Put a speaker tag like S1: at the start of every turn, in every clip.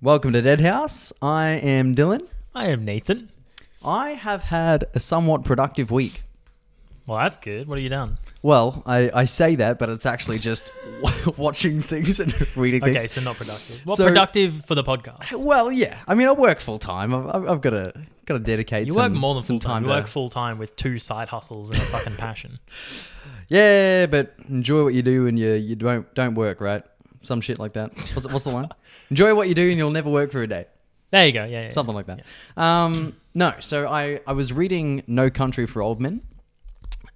S1: Welcome to Dead House. I am Dylan.
S2: I am Nathan.
S1: I have had a somewhat productive week.
S2: Well, that's good. What have you done?
S1: Well, I, I say that, but it's actually just w- watching things and reading
S2: Okay,
S1: things.
S2: so not productive. Well,
S1: So-
S2: productive for the podcast.
S1: Well, yeah. I mean, I work full time. I've, I've, I've got to got to dedicate.
S2: You
S1: some,
S2: work more than
S1: some
S2: full time.
S1: time.
S2: You
S1: to-
S2: work full time with two side hustles and a fucking passion.
S1: yeah, but enjoy what you do, and you you don't don't work, right? Some shit like that. What's, what's the line? Enjoy what you do, and you'll never work for a day.
S2: There you go. Yeah, yeah.
S1: something like that. Um, no, so I, I was reading No Country for Old Men,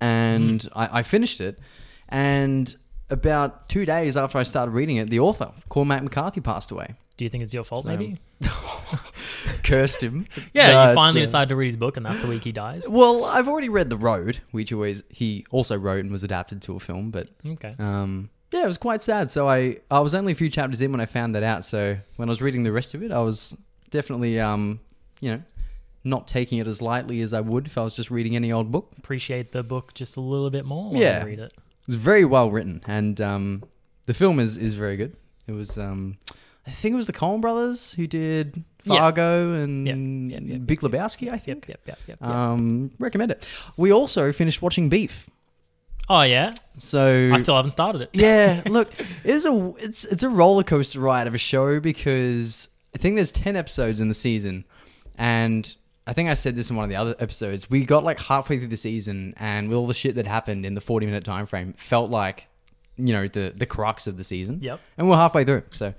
S1: and
S2: Mm.
S1: I, I finished it, and about two days after I started reading it, the author Cormac McCarthy passed away.
S2: Do you think it's your fault?
S1: So-
S2: maybe.
S1: Cursed him.
S2: Yeah,
S1: No,
S2: you
S1: it's,
S2: finally
S1: uh,
S2: decide to read his book, and that's the week he dies.
S1: Well, I've already read The Road, which always he also wrote and was adapted to a film, but
S2: Okay.
S1: um, yeah, it was quite sad. So I I was only a few chapters in when I found that out. So when I was reading the rest of it, I was definitely um, you know not taking it as lightly as I would if I was just reading any old book.
S2: Appreciate the book just a little bit more. When
S1: Yeah.
S2: You read it.
S1: It's very well written, and um, the film is is very good. It was um, I think it was the Coen Brothers who did
S2: Yeah.
S1: Fargo and
S2: Yeah, yeah, yeah,
S1: Big Lebowski. I think.
S2: Yep. Yep. Yep. Yep. yep.
S1: Um, recommend it. We also finished watching Beef.
S2: Oh yeah.
S1: So
S2: I still haven't started it.
S1: yeah, look, it's a it's it's a roller coaster ride of a show because I think there's ten episodes in the season, and I think I said this in one of the other episodes. We got like halfway through the season, and with all the shit that happened in the forty minute time frame, felt like you know the the crux of the season.
S2: Yep.
S1: And we're halfway through, so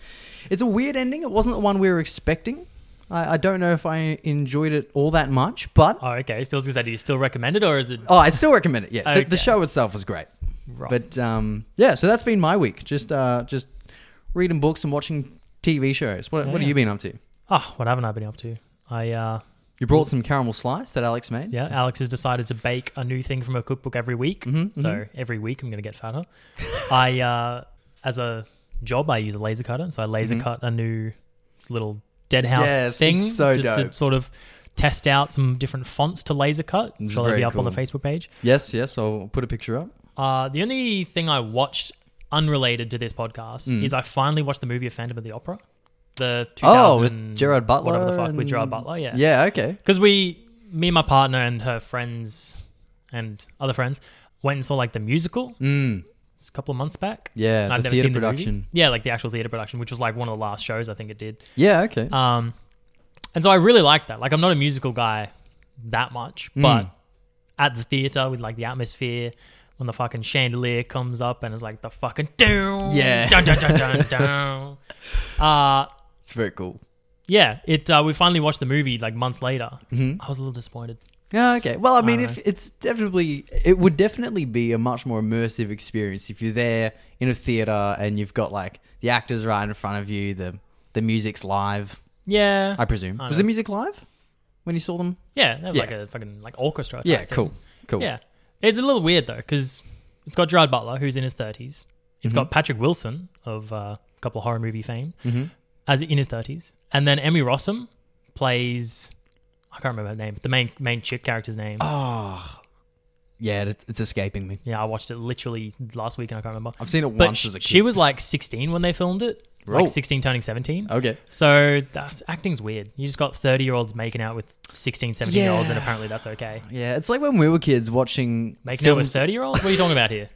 S1: it's a weird ending. It wasn't the one we were expecting. I, I don't know if I enjoyed it all that much, but
S2: Oh, okay. So I was gonna say, do you still recommend it, or is it
S1: oh, I still recommend it. Yeah, the,
S2: Okay.
S1: the show itself was great.
S2: right?
S1: But um, yeah, so that's been my week. Just uh, just reading books and watching TV shows. What, what have
S2: Yeah.
S1: you been up to?
S2: oh, what haven't I been up to? I uh,
S1: You brought some caramel slice that Alex made.
S2: Yeah, Alex has decided to bake a new thing from her cookbook every week.
S1: Mm-hmm,
S2: so every week I'm going to get fatter. I, uh, as a job, I use a laser cutter. So I laser cut a new s- little deadhouse
S1: Mm-hmm. Yes, it's
S2: thing
S1: so
S2: just
S1: dope.
S2: to sort of test out some different fonts to laser cut.
S1: It's
S2: So they'll
S1: very
S2: be up on the
S1: cool.
S2: Facebook page.
S1: Yes, yes. I'll put a picture up.
S2: Uh, the only thing I watched unrelated to this podcast is I finally watched the movie of Phantom of the Opera. The 2000,
S1: Mm. Oh, with Gerard Butler.
S2: Whatever the fuck, with
S1: and-
S2: Gerard Butler, yeah.
S1: Yeah. Okay.
S2: Because we, me and my partner and her friends and other friends, went and saw like the musical
S1: Mm,
S2: it's a couple of months back.
S1: Yeah,
S2: And
S1: the
S2: I've never
S1: theatre
S2: seen the movie.
S1: production.
S2: Yeah, like the actual theater production, which was like one of the last shows I think it did.
S1: yeah. Okay.
S2: Um, and so I really liked that. Like, I'm not a musical guy that much,
S1: Mm.
S2: but at the theater with like the atmosphere. When the fucking chandelier comes up and it's like the fucking down,
S1: Yeah.
S2: dun, dun, dun, dun, dun. Uh,
S1: it's very cool.
S2: yeah. It uh, we finally watched the movie like months later. I was a little disappointed.
S1: Mm-hmm. Yeah. Okay. Well, I mean,
S2: don't
S1: if it's definitely, it would definitely be a much more immersive experience if you're there in a theater and you've got like the actors right in front of you. The the music's live,
S2: Yeah,
S1: I presume.
S2: I know,
S1: Was the
S2: it's-
S1: music live when you saw them?
S2: Yeah, that was
S1: Yeah.
S2: like a fucking like orchestra. Type
S1: Yeah.
S2: thing.
S1: Cool. Cool.
S2: Yeah, it's a little weird though because it's got Gerard Butler who's in his thirties. It's
S1: Mhm.
S2: got Patrick Wilson of uh, a couple of horror movie fame
S1: Mm-hmm.
S2: as in his thirties, and then Emmy Rossum plays I can't remember her name, but the main main chick character's name.
S1: Oh, yeah, it's, it's escaping me.
S2: Yeah, I watched it literally last week and I can't remember.
S1: I've seen it
S2: But
S1: once as a kid.
S2: she was like 16 when they filmed it,
S1: Whoa.
S2: like 16 turning 17.
S1: okay.
S2: So that's acting's weird. You just got 30 year olds making out with 16, 17 year olds, and
S1: Yeah.
S2: apparently that's okay.
S1: Yeah, it's like when we were kids watching
S2: Making out with
S1: films.
S2: 30 year olds? What are you talking about here?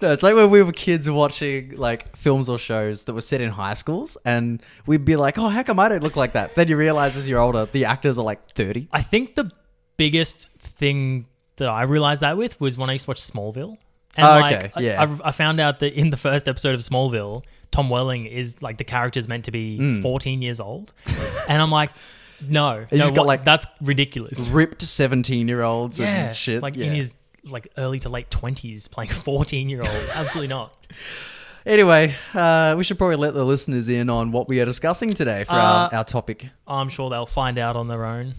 S1: No, it's like when we were kids watching like films or shows that were set in high schools, and we'd be like, "Oh, how come I don't look like that?" Then you realize as you're older, the actors are like thirty.
S2: I think the biggest thing that I realized that with was when I used to watch Smallville. And
S1: Oh,
S2: like,
S1: okay,
S2: I-
S1: yeah.
S2: I, I found out that in the first episode of Smallville, Tom Welling is like the character's meant to be 14 years old. and I'm like, no, no
S1: just got,
S2: what-
S1: like,
S2: that's ridiculous.
S1: Ripped seventeen-year-olds and shit.
S2: Like
S1: yeah.
S2: in his like early to late 20s playing a 14 year old. Absolutely not.
S1: Anyway, uh, we should probably let the listeners in on what we are discussing today for our,
S2: Uh,
S1: our topic.
S2: I'm sure they'll find out on their own.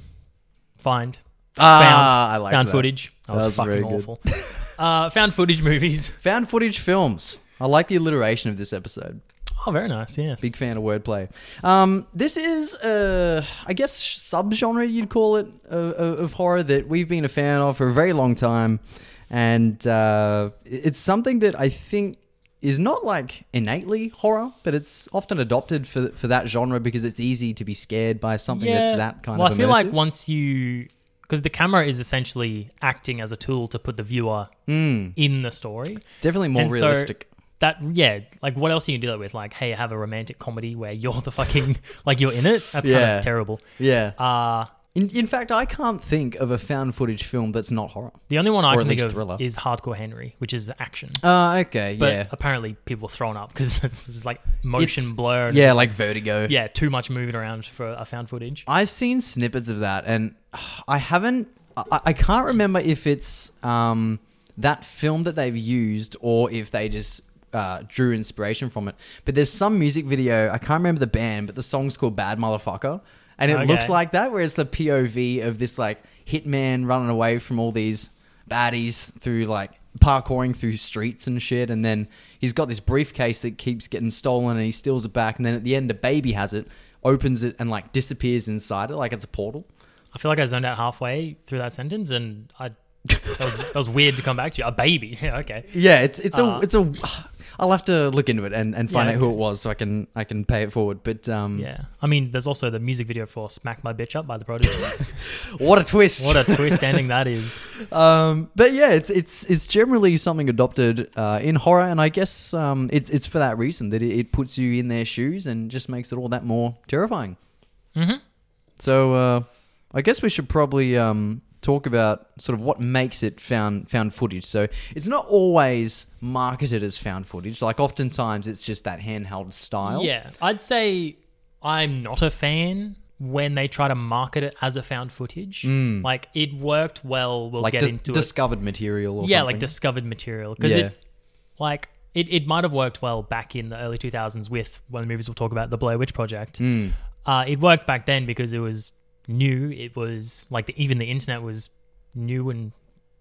S2: Find.
S1: Ah, I liked
S2: found
S1: that.
S2: footage. That,
S1: That
S2: was,
S1: was very
S2: fucking
S1: good.
S2: awful. uh, found footage movies.
S1: Found footage films. I like the alliteration of this episode.
S2: Oh, very nice. Yes.
S1: Big fan of wordplay. Um, this is, uh, I guess, subgenre you'd call it of, of of horror that we've been a fan of for a very long time, and uh, it's something that I think is not like innately horror, but it's often adopted for for that genre because it's easy to be scared by something that's that kind
S2: well,
S1: of.
S2: I feel like
S1: immersive.
S2: once you, because the camera is essentially acting as a tool to put the viewer
S1: Mm,
S2: in the story.
S1: it's definitely more
S2: And so-
S1: realistic.
S2: That yeah, like what else are you gonna do that with? Like, hey, have a romantic comedy where you're the fucking like you're in it. That's kind
S1: Yeah.
S2: of terrible.
S1: yeah.
S2: Uh
S1: In, in fact, I can't think of a found footage film that's not horror.
S2: the only one
S1: Or
S2: I
S1: at
S2: can think
S1: least
S2: of
S1: thriller.
S2: is Hardcore Henry, which is action.
S1: Uh, okay,
S2: But
S1: yeah.
S2: apparently people are thrown up because this is like motion
S1: It's-
S2: blur. And
S1: Yeah, like Vertigo.
S2: yeah, too much moving around for a found footage.
S1: I've seen snippets of that, and I haven't. I, I can't remember if it's um, that film that they've used or if they just uh, drew inspiration from it. But there's some music video. I can't remember the band, but the song's called "Bad Motherfucker," and it
S2: Okay.
S1: looks like that, where it's the POV of this like hitman running away from all these baddies through like parkouring through streets and shit and then he's got this briefcase that keeps getting stolen and he steals it back and then at the end a baby has it opens it and like disappears inside it like it's a portal
S2: I feel like I zoned out halfway through that sentence, and I that was, that was weird to come back to. A baby, yeah, okay.
S1: yeah it's it's
S2: Ah.
S1: a it's a i'll have to look into it and, and find
S2: Yeah,
S1: out who
S2: okay.
S1: it was so i can i can pay it forward but um
S2: Yeah, I mean, there's also the music video for "Smack My Bitch Up" by the Prodigy.
S1: what a twist
S2: what a twist ending that is!
S1: um but yeah it's it's it's generally something adopted uh in horror and i guess um it's it's for that reason that it, it puts you in their shoes and just makes it all that more terrifying
S2: Mhm.
S1: so uh i guess we should probably um talk about sort of what makes it found found footage so it's not always marketed as found footage like oftentimes it's just that handheld style
S2: Yeah, I'd say I'm not a fan when they try to market it as a found footage. Like it worked well. We'll
S1: like
S2: get
S1: di-
S2: into it.
S1: discovered material or
S2: yeah,
S1: something.
S2: like discovered material because
S1: Yeah.
S2: it like it, it might have worked well back in the early 2000s with one of the movies we'll talk about, the Blair Witch Project.
S1: Mm. Hmm,
S2: Uh, it worked back then because it was new. It was like the, even the internet was new and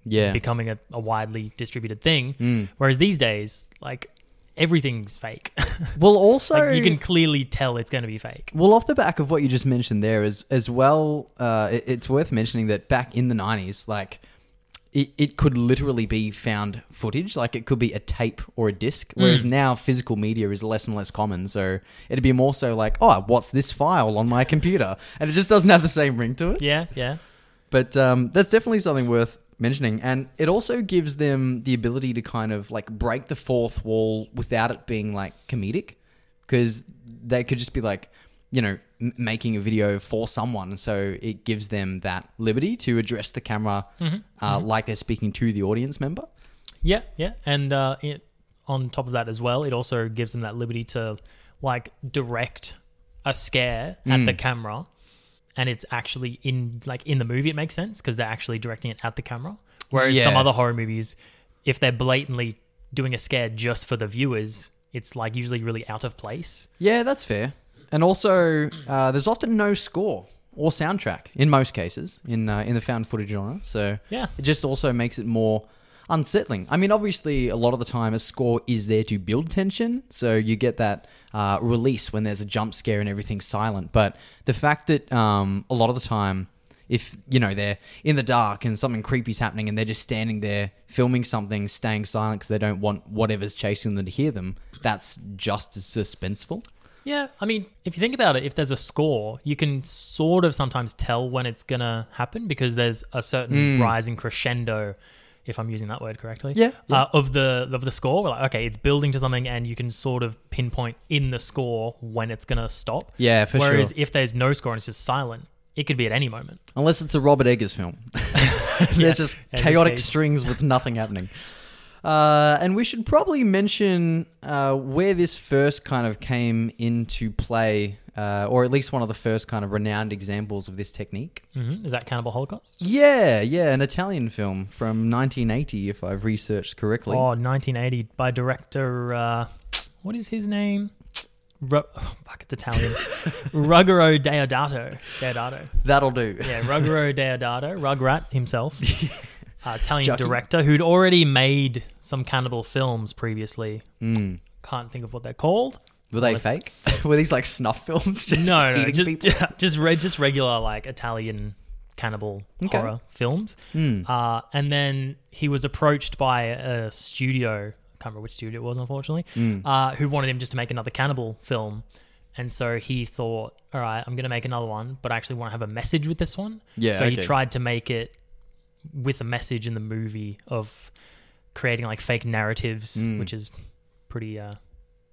S1: yeah Mm.
S2: becoming a, a widely distributed thing. Whereas these days, like everything's fake.
S1: well also
S2: like you can clearly tell it's going to be fake.
S1: Well, off the back of what you just mentioned there, as as well, uh, it- it's worth mentioning that back in the nineties, like it, it could literally be found footage, like it could be a tape or a disc. Whereas now, physical media is less and less common, so it'd be more so like, oh, what's this file on my computer, and it just doesn't have the same ring to it.
S2: Yeah, yeah.
S1: But um, that's definitely something worth mentioning. And it also gives them the ability to kind of like break the fourth wall without it being like comedic. Because they could just be like, you know, m- making a video for someone. So it gives them that liberty to address the camera uh, like they're speaking to the audience member.
S2: Yeah, yeah, and uh, it, on top of that as well, it also gives them that liberty to like direct a scare at the camera, and it's actually in like in the movie it makes sense because they're actually directing it at the camera. Whereas some
S1: Yeah.
S2: other horror movies, if they're blatantly doing a scare just for the viewers, it's like usually really out of place.
S1: Yeah, that's fair. And also, uh, there's often no score or soundtrack in most cases in uh, in the found footage genre. So
S2: Yeah.
S1: it just also makes it more unsettling. I mean, obviously, a lot of the time, a score is there to build tension, so you get that uh, release when there's a jump scare and everything's silent. But the fact that um, a lot of the time, if you know they're in the dark and something creepy's happening and they're just standing there filming something, staying silent because they don't want whatever's chasing them to hear them, that's just as suspenseful.
S2: Yeah, I mean, if you think about it, if there's a score, you can sort of sometimes tell when it's gonna happen because there's a certain rising crescendo, if I'm using that word correctly.
S1: Hmm. Yeah, yeah.
S2: Uh, of the of the score, we're like, okay, it's building to something, and you can sort of pinpoint in the score when it's gonna stop.
S1: Yeah, for
S2: Whereas
S1: sure.
S2: if there's no score and it's just silent, it could be at any moment.
S1: Unless it's a Robert Eggers film. There's just
S2: in which
S1: chaotic
S2: case-
S1: strings with nothing happening. Uh, and we should probably mention uh, where this first kind of came into play, uh, or at least one of the first kind of renowned examples of this technique.
S2: hmm Is that Cannibal Holocaust?
S1: Yeah, yeah, an Italian film from 1980, if I've researched correctly.
S2: Oh, 1980 by director. Uh, what is his name? Ru- oh, fuck, it's Italian. Ruggero Deodato. Deodato.
S1: That'll do.
S2: Yeah, Ruggero Deodato, Rugrat himself, uh, Italian
S1: Jockey.
S2: director who'd already made some cannibal films previously.
S1: Mm.
S2: Can't think of what they're called.
S1: Were they
S2: Unless-
S1: fake? Were these like snuff films? Just
S2: no, no,
S1: eating
S2: just
S1: people?
S2: just re- just regular like Italian cannibal
S1: Okay.
S2: horror films.
S1: Mm.
S2: Uh, and then he was approached by a studio can't remember which studio it was, unfortunately,
S1: Hmm.
S2: uh, who wanted him just to make another cannibal film. And so he thought, all right, I'm going to make another one, but I actually want to have a message with this one.
S1: Yeah,
S2: So
S1: okay.
S2: he tried to make it with a message in the movie of creating like fake narratives,
S1: Hmm.
S2: which is pretty uh,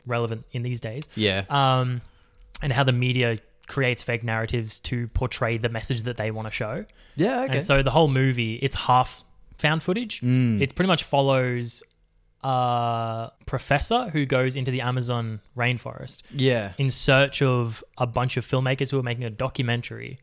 S2: relevant in these days
S1: Yeah.
S2: um, and how the media creates fake narratives to portray the message that they want to show.
S1: yeah. Okay. Hmm.
S2: And so the whole movie, it's half found footage. It pretty much follows a professor who goes into the Amazon rainforest
S1: yeah.
S2: in search of a bunch of filmmakers who are making a documentary.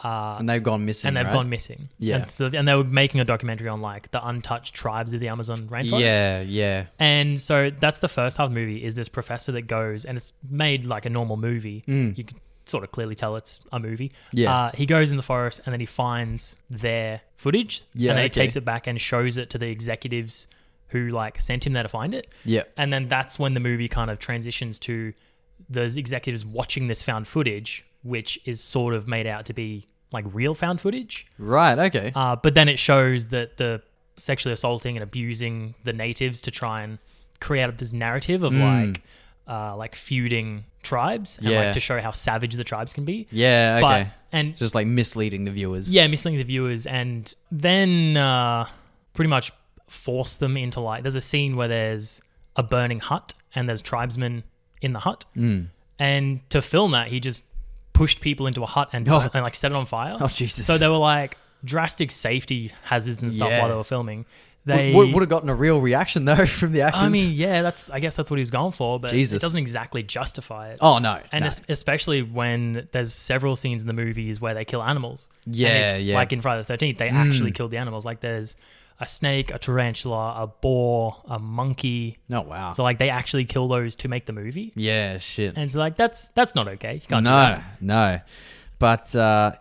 S2: Uh,
S1: And they've gone missing.
S2: and they've
S1: right?
S2: gone missing.
S1: Yeah.
S2: And, so, and they were making a documentary on like the untouched tribes of the Amazon rainforest.
S1: Yeah. Yeah.
S2: And so that's the first half of the movie is this professor that goes and it's made like a normal movie. You can sort of clearly tell it's a movie.
S1: Mm. Yeah.
S2: Uh, he goes in the forest and then he finds their footage.
S1: Yeah,
S2: And then
S1: okay.
S2: he takes it back and shows it to the executives who like sent him there to find it.
S1: Yeah.
S2: And then that's when the movie kind of transitions to those executives watching this found footage, which is sort of made out to be like real found footage.
S1: Right. Okay.
S2: Uh, but then it shows that the sexually assaulting and abusing the natives to try and create up this narrative
S1: Hmm.
S2: of like uh, like feuding tribes and
S1: Yeah.
S2: like to show how savage the tribes can be.
S1: yeah.
S2: But
S1: Okay.
S2: and
S1: It's just like misleading the viewers.
S2: yeah, misleading the viewers and then uh, pretty much force them into like there's a scene where there's a burning hut and there's tribesmen in the hut.
S1: Hmm.
S2: And to film that he just pushed people into a hut and,
S1: Oh.
S2: and like set it on fire.
S1: Oh, Jesus.
S2: So they were like drastic safety hazards and stuff
S1: Yeah.
S2: while they were filming. They
S1: Would, would, would have gotten a real reaction though from the actors.
S2: I mean, yeah, that's I guess that's what he was going for, but
S1: Jesus.
S2: it doesn't exactly justify it.
S1: oh no.
S2: And
S1: no.
S2: es- especially when there's several scenes in the movies where they kill animals. And
S1: Yeah,
S2: it's
S1: yeah. Mm.
S2: Like in Friday the Thirteenth, they actually killed the animals. Like there's a snake, a tarantula, a boar, a monkey.
S1: oh wow.
S2: So like they actually kill those to make the movie.
S1: yeah. Shit.
S2: And so like that's that's not okay. You can't
S1: No,
S2: do that.
S1: no. But uh,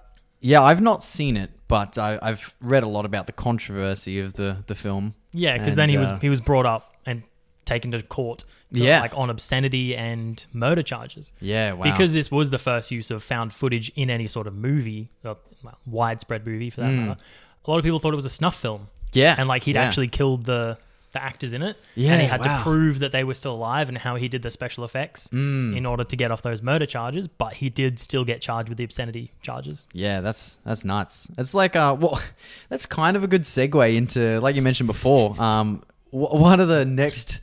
S1: yeah, I've not seen it, but I, I've read a lot about the controversy of the the film.
S2: Yeah, because
S1: And,
S2: then he was
S1: uh,
S2: he was brought up and taken to court. To,
S1: Yeah.
S2: Like on obscenity and murder charges.
S1: Yeah, wow.
S2: Because this was the first use of found footage in any sort of movie, uh, well, widespread movie for that matter. A lot of people thought it was a snuff film.
S1: yeah,
S2: and like he'd
S1: Hmm. yeah.
S2: actually killed the the actors in it
S1: Yeah,
S2: and he had
S1: wow.
S2: to prove that they were still alive and how he did the special effects
S1: Hmm.
S2: in order to get off those murder charges but he did still get charged with the obscenity charges
S1: Yeah, that's that's nuts. It's like uh, well, that's kind of a good segue into like you mentioned before. Um, wh- one of the next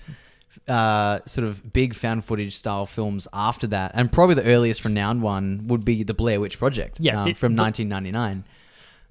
S1: uh sort of big found footage style films after that, and probably the earliest renowned one would be the Blair Witch Project.
S2: Yeah,
S1: um,
S2: the-
S1: from
S2: the-
S1: 1999.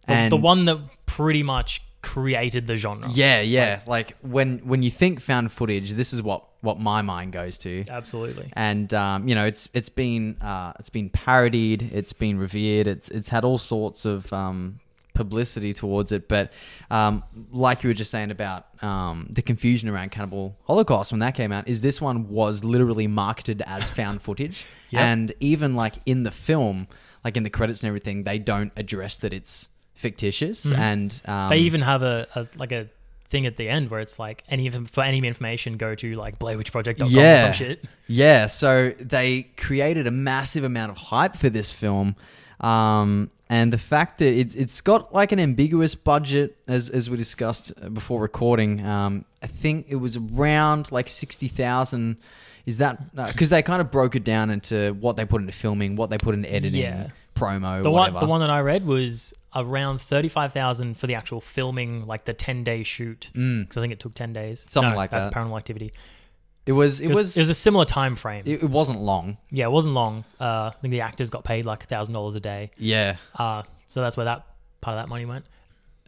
S2: the, the one that pretty much created the genre
S1: Yeah, yeah. Like, when when you think found footage, this is what what my mind goes to.
S2: absolutely
S1: And um, you know, it's it's been uh, it's been parodied, it's been revered, it's it's had all sorts of um, publicity towards it. But um, like you were just saying about um, the confusion around Cannibal Holocaust when that came out, is this one was literally marketed as found footage,
S2: Yep.
S1: and even like in the film, like in the credits and everything, they don't address that it's fictitious and um,
S2: Mm-hmm. they even have a, a like a thing at the end where it's like any of for any information go to like blairwitchproject.com or
S1: Yeah.
S2: some shit
S1: Yeah, so they created a massive amount of hype for this film. Um, and the fact that it's, it's got like an ambiguous budget, as, as we discussed uh, before recording, um, I think it was around like 60,000. Is that because they kind of broke it down into what they put into filming, what they put into editing,
S2: Yeah.
S1: promo,
S2: the
S1: whatever?
S2: one the one that I read was around thirty five thousand for the actual filming, like the ten day shoot, because
S1: Mm.
S2: I think it took ten days.
S1: Something like
S2: that's
S1: that.
S2: Paranormal Activity.
S1: it was, it
S2: It was,
S1: was,
S2: it was a similar time frame.
S1: it, it wasn't long.
S2: yeah, it wasn't long. Uh, I think the actors got paid like thousand dollars a day.
S1: Yeah.
S2: Uh, so that's where that part of that money went.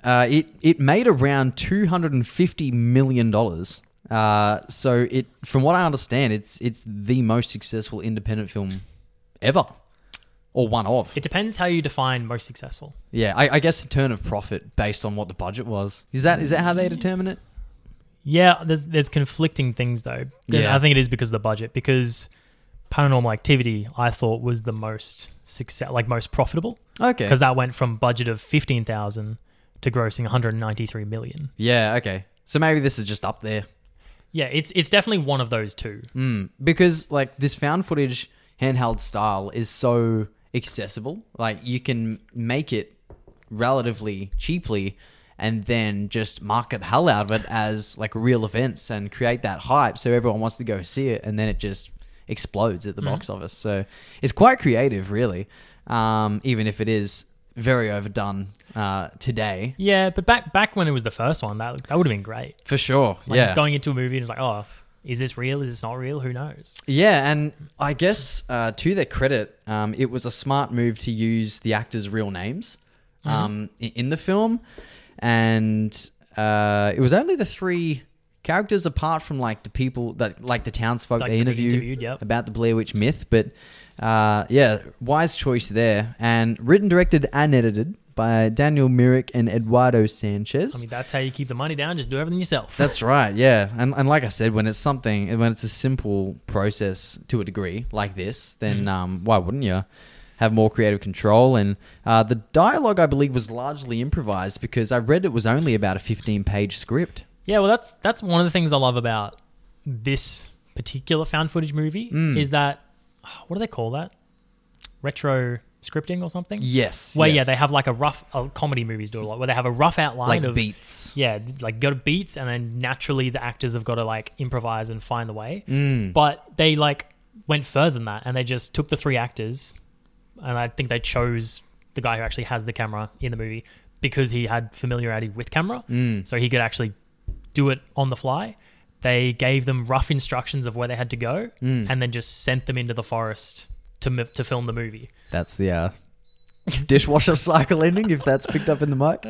S1: Uh, it it made around two hundred and fifty million dollars. Uh, so it, from what I understand, it's it's the most successful independent film ever, or one of.
S2: It depends how you define most successful.
S1: yeah, I, I guess a turn of profit based on what the budget was. Is that is that how they determine it?
S2: Yeah, there's there's conflicting things though.
S1: Yeah.
S2: I think it is because of the budget. Because Paranormal Activity, I thought was the most success, like most profitable.
S1: Okay.
S2: because that went from budget of 15,000 to grossing 193 million.
S1: yeah. Okay. So maybe this is just up there.
S2: Yeah, it's it's definitely one of those two.
S1: Mm, because like this found footage handheld style is so accessible. Like you can make it relatively cheaply and then just market the hell out of it as like real events and create that hype so everyone wants to go see it and then it just explodes at the box office. So it's quite creative, really, um, even if it is very overdone uh, today.
S2: Yeah, but back back when it was the first one, that that would have been great.
S1: For sure.
S2: Like
S1: yeah.
S2: going into a movie and it's like, oh, is this real? Is this not real? Who knows?
S1: Yeah, and I guess uh, to their credit, um, it was a smart move to use the actors' real names
S2: Mm-hmm.
S1: um, i- in the film, and uh, it was only the three characters, apart from like the people that like the townsfolk
S2: Like
S1: they
S2: that we
S1: interviewed,
S2: interviewed, yep.
S1: about the Blair Witch myth. But uh, yeah, wise choice there, and written, directed, and edited by Daniel Myrick and Eduardo Sanchez.
S2: I mean, that's how you keep the money down. Just do everything yourself.
S1: That's right, yeah. And, and like I said, when it's something, when it's a simple process to a degree like this, then um, why wouldn't you have more creative control? And uh, the dialogue, I believe, was largely improvised because I read it was only about a 15 page script.
S2: Yeah, well, that's that's one of the things I love about this particular found footage movie
S1: Mm.
S2: is that what do they call that? Retro scripting or something?
S1: Yes.
S2: Where yeah,
S1: yes.
S2: they have like a rough uh, comedy movies do a lot where they have a rough outline
S1: like
S2: of
S1: beats.
S2: yeah, like go to beats and then naturally the actors have got to like improvise and find the way.
S1: Mm.
S2: But they like went further than that and they just took the three actors and I think they chose the guy who actually has the camera in the movie because he had familiarity with camera.
S1: Mm.
S2: So he could actually do it on the fly. They gave them rough instructions of where they had to go
S1: Mm.
S2: and then just sent them into the forest to, mi- to film the movie.
S1: That's the uh, dishwasher cycle ending, if that's picked up in the mic.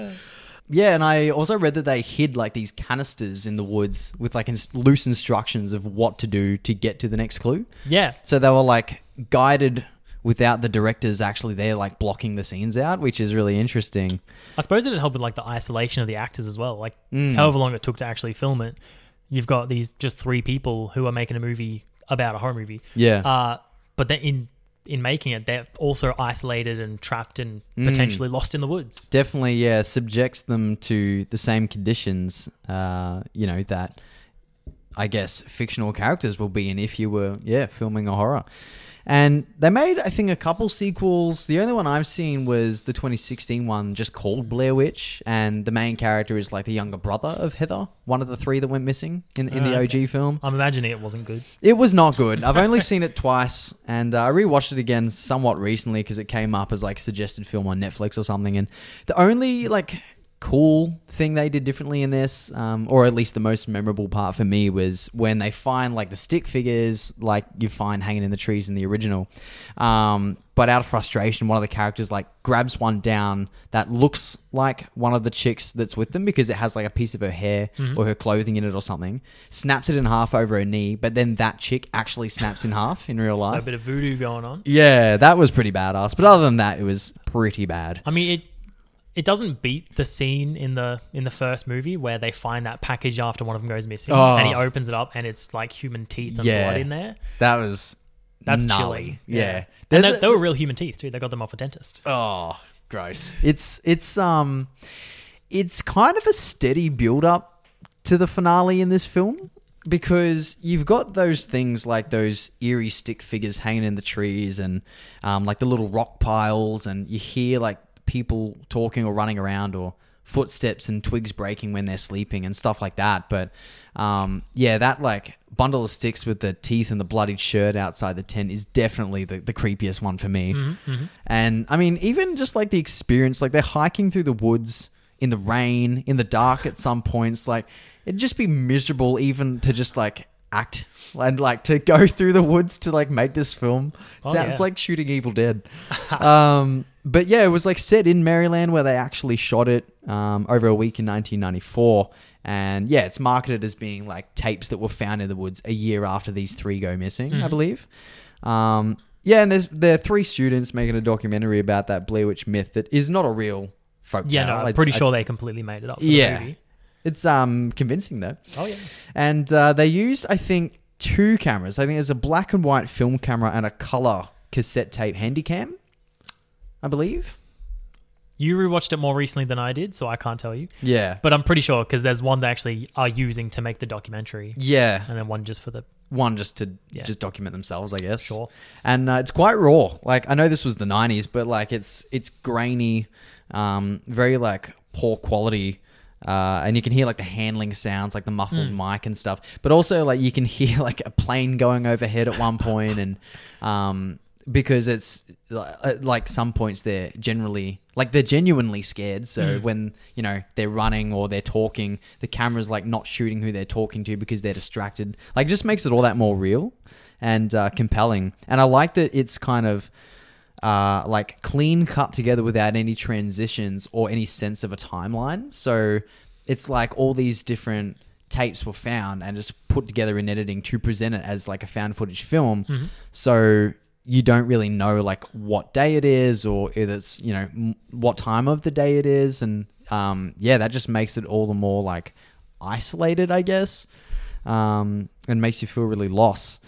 S1: Yeah, and I also read that they hid like these canisters in the woods with like ins- loose instructions of what to do to get to the next clue.
S2: Yeah.
S1: So they were like guided without the directors actually there, like blocking the scenes out, which is really interesting.
S2: I suppose it'd help with like the isolation of the actors as well. Like
S1: Mm.
S2: however long it took to actually film it, you've got these just three people who are making a movie about a horror movie.
S1: Yeah.
S2: Uh, but then in in making it, they're also isolated and trapped and
S1: Mm.
S2: potentially lost in the woods.
S1: Definitely, yeah, subjects them to the same conditions, uh, you know, that I guess fictional characters will be in if you were, yeah, filming a horror. And they made, I think, a couple sequels. The only one I've seen was the 2016 one, just called Blair Witch, and the main character is like the younger brother of Heather, one of the three that went missing in, in the
S2: Ah,
S1: OG
S2: okay.
S1: film.
S2: I'm imagining it wasn't good.
S1: It was not good. I've only seen it twice, and uh, I rewatched it again somewhat recently because it came up as like suggested film on Netflix or something. And the only like cool thing they did differently in this, um, or at least the most memorable part for me, was when they find like the stick figures, like you find hanging in the trees in the original. Um, but out of frustration, one of the characters like grabs one down that looks like one of the chicks that's with them because it has like a piece of her hair or her clothing in it or something. Snaps it in half over her knee, but then that chick actually snaps in half in real
S2: So a
S1: life.
S2: bit of voodoo going on.
S1: yeah, that was pretty badass. But other than that, it was pretty bad.
S2: I mean, it it doesn't beat the scene in the in the first movie where they find that package after one of them goes missing,
S1: Oh.
S2: and he opens it up and it's like human teeth and
S1: Yeah.
S2: blood in there.
S1: That was
S2: That's
S1: gnarly.
S2: chilly.
S1: Yeah,
S2: and they,
S1: a-
S2: they were real human teeth too. They got them off a dentist.
S1: Oh, gross. It's it's um it's kind of a steady build up to the finale in this film because you've got those things like those eerie stick figures hanging in the trees and um, like the little rock piles and you hear like people talking or running around or footsteps and twigs breaking when they're sleeping and stuff like that but um, yeah that like bundle of sticks with the teeth and the bloodied shirt outside the tent is definitely the, the creepiest one for me and I mean, even just like the experience, like they're hiking through the woods in the rain, in the dark at some points, like it'd just be miserable even to just like act and like to go through the woods to like make this film.
S2: Oh,
S1: Sounds
S2: yeah.
S1: like shooting Evil Dead. um, but yeah, it was like set in Maryland where they actually shot it um, over a week in 1994. And yeah, it's marketed as being like tapes that were found in the woods a year after these three go missing,
S2: Mm-hmm.
S1: I believe. Um, yeah, and there's there are three students making a documentary about that Blair Witch myth that is not a real folk
S2: Yeah, no, I'm pretty sure they completely made it up. For
S1: Yeah.
S2: the movie.
S1: it's um convincing though.
S2: Oh yeah.
S1: And uh, they use, I think, two cameras. I think there's a black and white film camera and a color cassette tape handycam, I believe.
S2: You rewatched it more recently than I did, so I can't tell you.
S1: Yeah,
S2: But I'm pretty sure because there's one they actually are using to make the documentary,
S1: yeah.
S2: and then one just for the
S1: One just to
S2: Yeah.
S1: just document themselves, I guess.
S2: Sure.
S1: And uh, it's quite raw. Like I know this was the '90s, but like it's it's grainy, um, very like poor quality Uh, and you can hear like the handling sounds, like the muffled
S2: Mm.
S1: mic and stuff. But also like you can hear like a plane going overhead at one point, and um, because it's li- at, like some points they're generally like they're genuinely scared. So
S2: Mm.
S1: when you know they're running or they're talking, the camera's like not shooting who they're talking to because they're distracted. Like just makes it all that more real and uh, compelling. And I like that it's kind of uh, like clean cut together without any transitions or any sense of a timeline. So it's like all these different tapes were found and just put together in editing to present it as like a found footage film. So you don't really know like what day it is or if it's you know m- what time of the day it is and um, yeah that just makes it all the more like isolated i guess um, and makes you feel really lost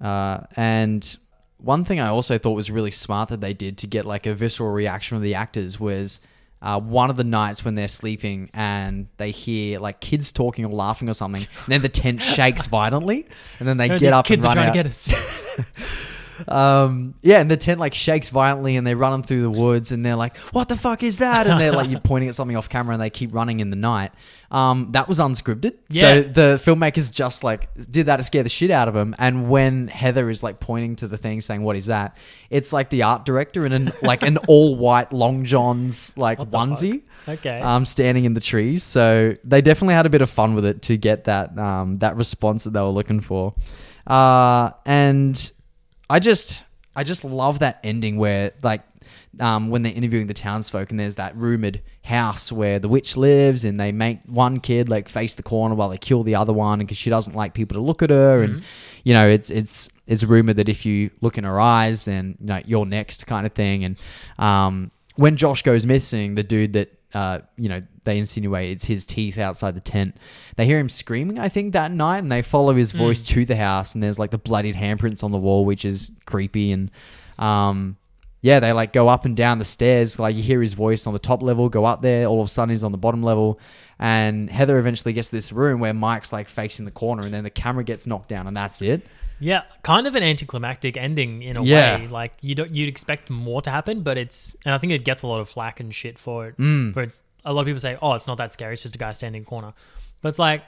S1: uh, and one thing I also thought was really smart that they did to get like a visceral reaction from the actors was uh, one of the nights when they're sleeping and they hear like kids talking or laughing or something, and then the tent shakes violently, and then they
S2: No,
S1: get
S2: these
S1: up
S2: kids
S1: and
S2: are
S1: run
S2: trying
S1: out.
S2: to get us.
S1: Um, yeah, and the tent like shakes violently, and they run them through the woods, and they're like, "What the fuck is that?" And they're like, "You're pointing at something off camera," and they keep running in the night. Um, that was unscripted,
S2: Yeah.
S1: so the filmmakers just like did that to scare the shit out of them. And when Heather is like pointing to the thing, saying, "What is that?" It's like the art director in an like an all white long johns like
S2: What the fuck?
S1: onesie
S2: okay.
S1: um, standing in the trees. So they definitely had a bit of fun with it to get that um, that response that they were looking for. Uh, and I just I just love that ending where like um, when they're interviewing the townsfolk and there's that rumored house where the witch lives and they make one kid like face the corner while they kill the other one because she doesn't like people to look at her and you know it's it's it's rumored that if you look in her eyes then you know, you're next kind of thing and um, when Josh goes missing the dude that uh, you know, they insinuate it's his teeth outside the tent. They hear him screaming, I think, that night, and they follow his voice
S2: Hmm.
S1: to the house. And there's like the bloodied handprints on the wall, which is creepy. And um, yeah, they like go up and down the stairs. Like you hear his voice on the top level, go up there. All of a sudden, he's on the bottom level. And Heather eventually gets to this room where Mike's like facing the corner, and then the camera gets knocked down, and that's it.
S2: yeah, kind of an anticlimactic ending in a
S1: Yeah.
S2: way. Like you don't you'd expect more to happen, but it's and I think it gets a lot of flack and shit for it.
S1: Mm.
S2: Where it's a lot of people say, "Oh, it's not that scary. It's just a guy standing in a corner," but it's like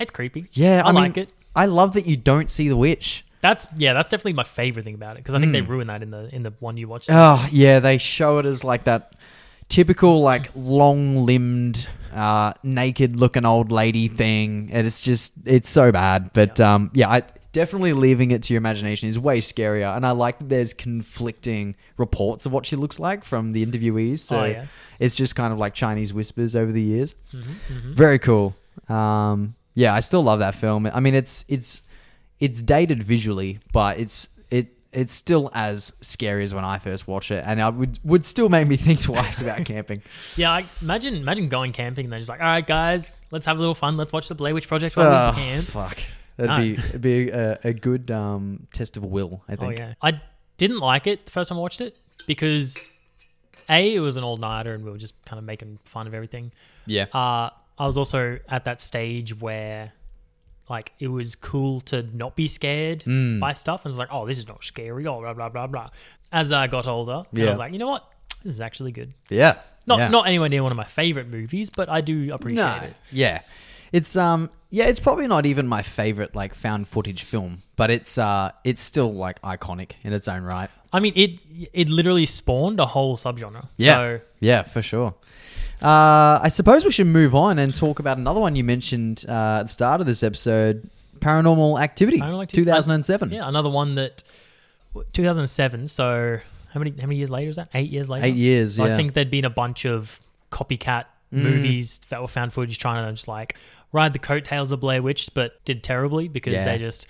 S2: it's creepy.
S1: Yeah,
S2: I,
S1: I, mean,
S2: like it.
S1: I love that you don't see the witch.
S2: That's yeah, that's definitely my favorite thing about it because I think they
S1: Mm.
S2: ruined that in the in the one you watched.
S1: Oh yeah, they show it as like that typical like long-limbed, uh, naked-looking old lady thing, and it's just it's so bad. But um, yeah, I definitely leaving it to your imagination is way scarier, and I like that there's conflicting reports of what she looks like from the interviewees. So
S2: Oh, yeah.
S1: it's just kind of like Chinese whispers over the years.
S2: Mm-hmm, Hmm?
S1: Very cool. Um, yeah, I still love that film. I mean, it's it's it's dated visually, but it's it it's still as scary as when I first watched it, and I would would still make me think twice about camping.
S2: Yeah, I, imagine imagine going camping and they're just like, "All right, guys, let's have a little fun. Let's watch the Blair Witch Project while
S1: Ah,
S2: we camp."
S1: fuck, that'd
S2: No.
S1: be it'd be a, a good um, test of will. I
S2: Oh
S1: think.
S2: yeah, I didn't like it the first time I watched it because a it was an all nighter and we were just kind of making fun of everything.
S1: yeah.
S2: Uh, I was also at that stage where like it was cool to not be scared
S1: Mm.
S2: by stuff, and it's like, "Oh, this is not scary." Oh, blah blah blah blah. As I got older, I
S1: Yeah.
S2: was like, "You know what? This is actually good."
S1: yeah.
S2: Not
S1: yeah.
S2: not anywhere near one of my favorite movies, but I do appreciate it.
S1: Yeah. It's um yeah, it's probably not even my favorite like found footage film, but it's uh it's still like iconic in its own right.
S2: I mean, it it literally spawned a whole subgenre.
S1: Yeah.
S2: So,
S1: yeah, for sure. Uh, I suppose we should move on and talk about another one you mentioned uh, at the start of this episode Paranormal Activity,
S2: Paranormal Activity.
S1: 2007.
S2: yeah, another one that 2007. So how many how many years later is that? Eight years later.
S1: Eight years,
S2: So
S1: yeah. Mm.
S2: I think there'd been a bunch of copycat movies that were found footage trying to just like ride the coattails of Blair Witch, but did terribly because
S1: Yeah.
S2: they just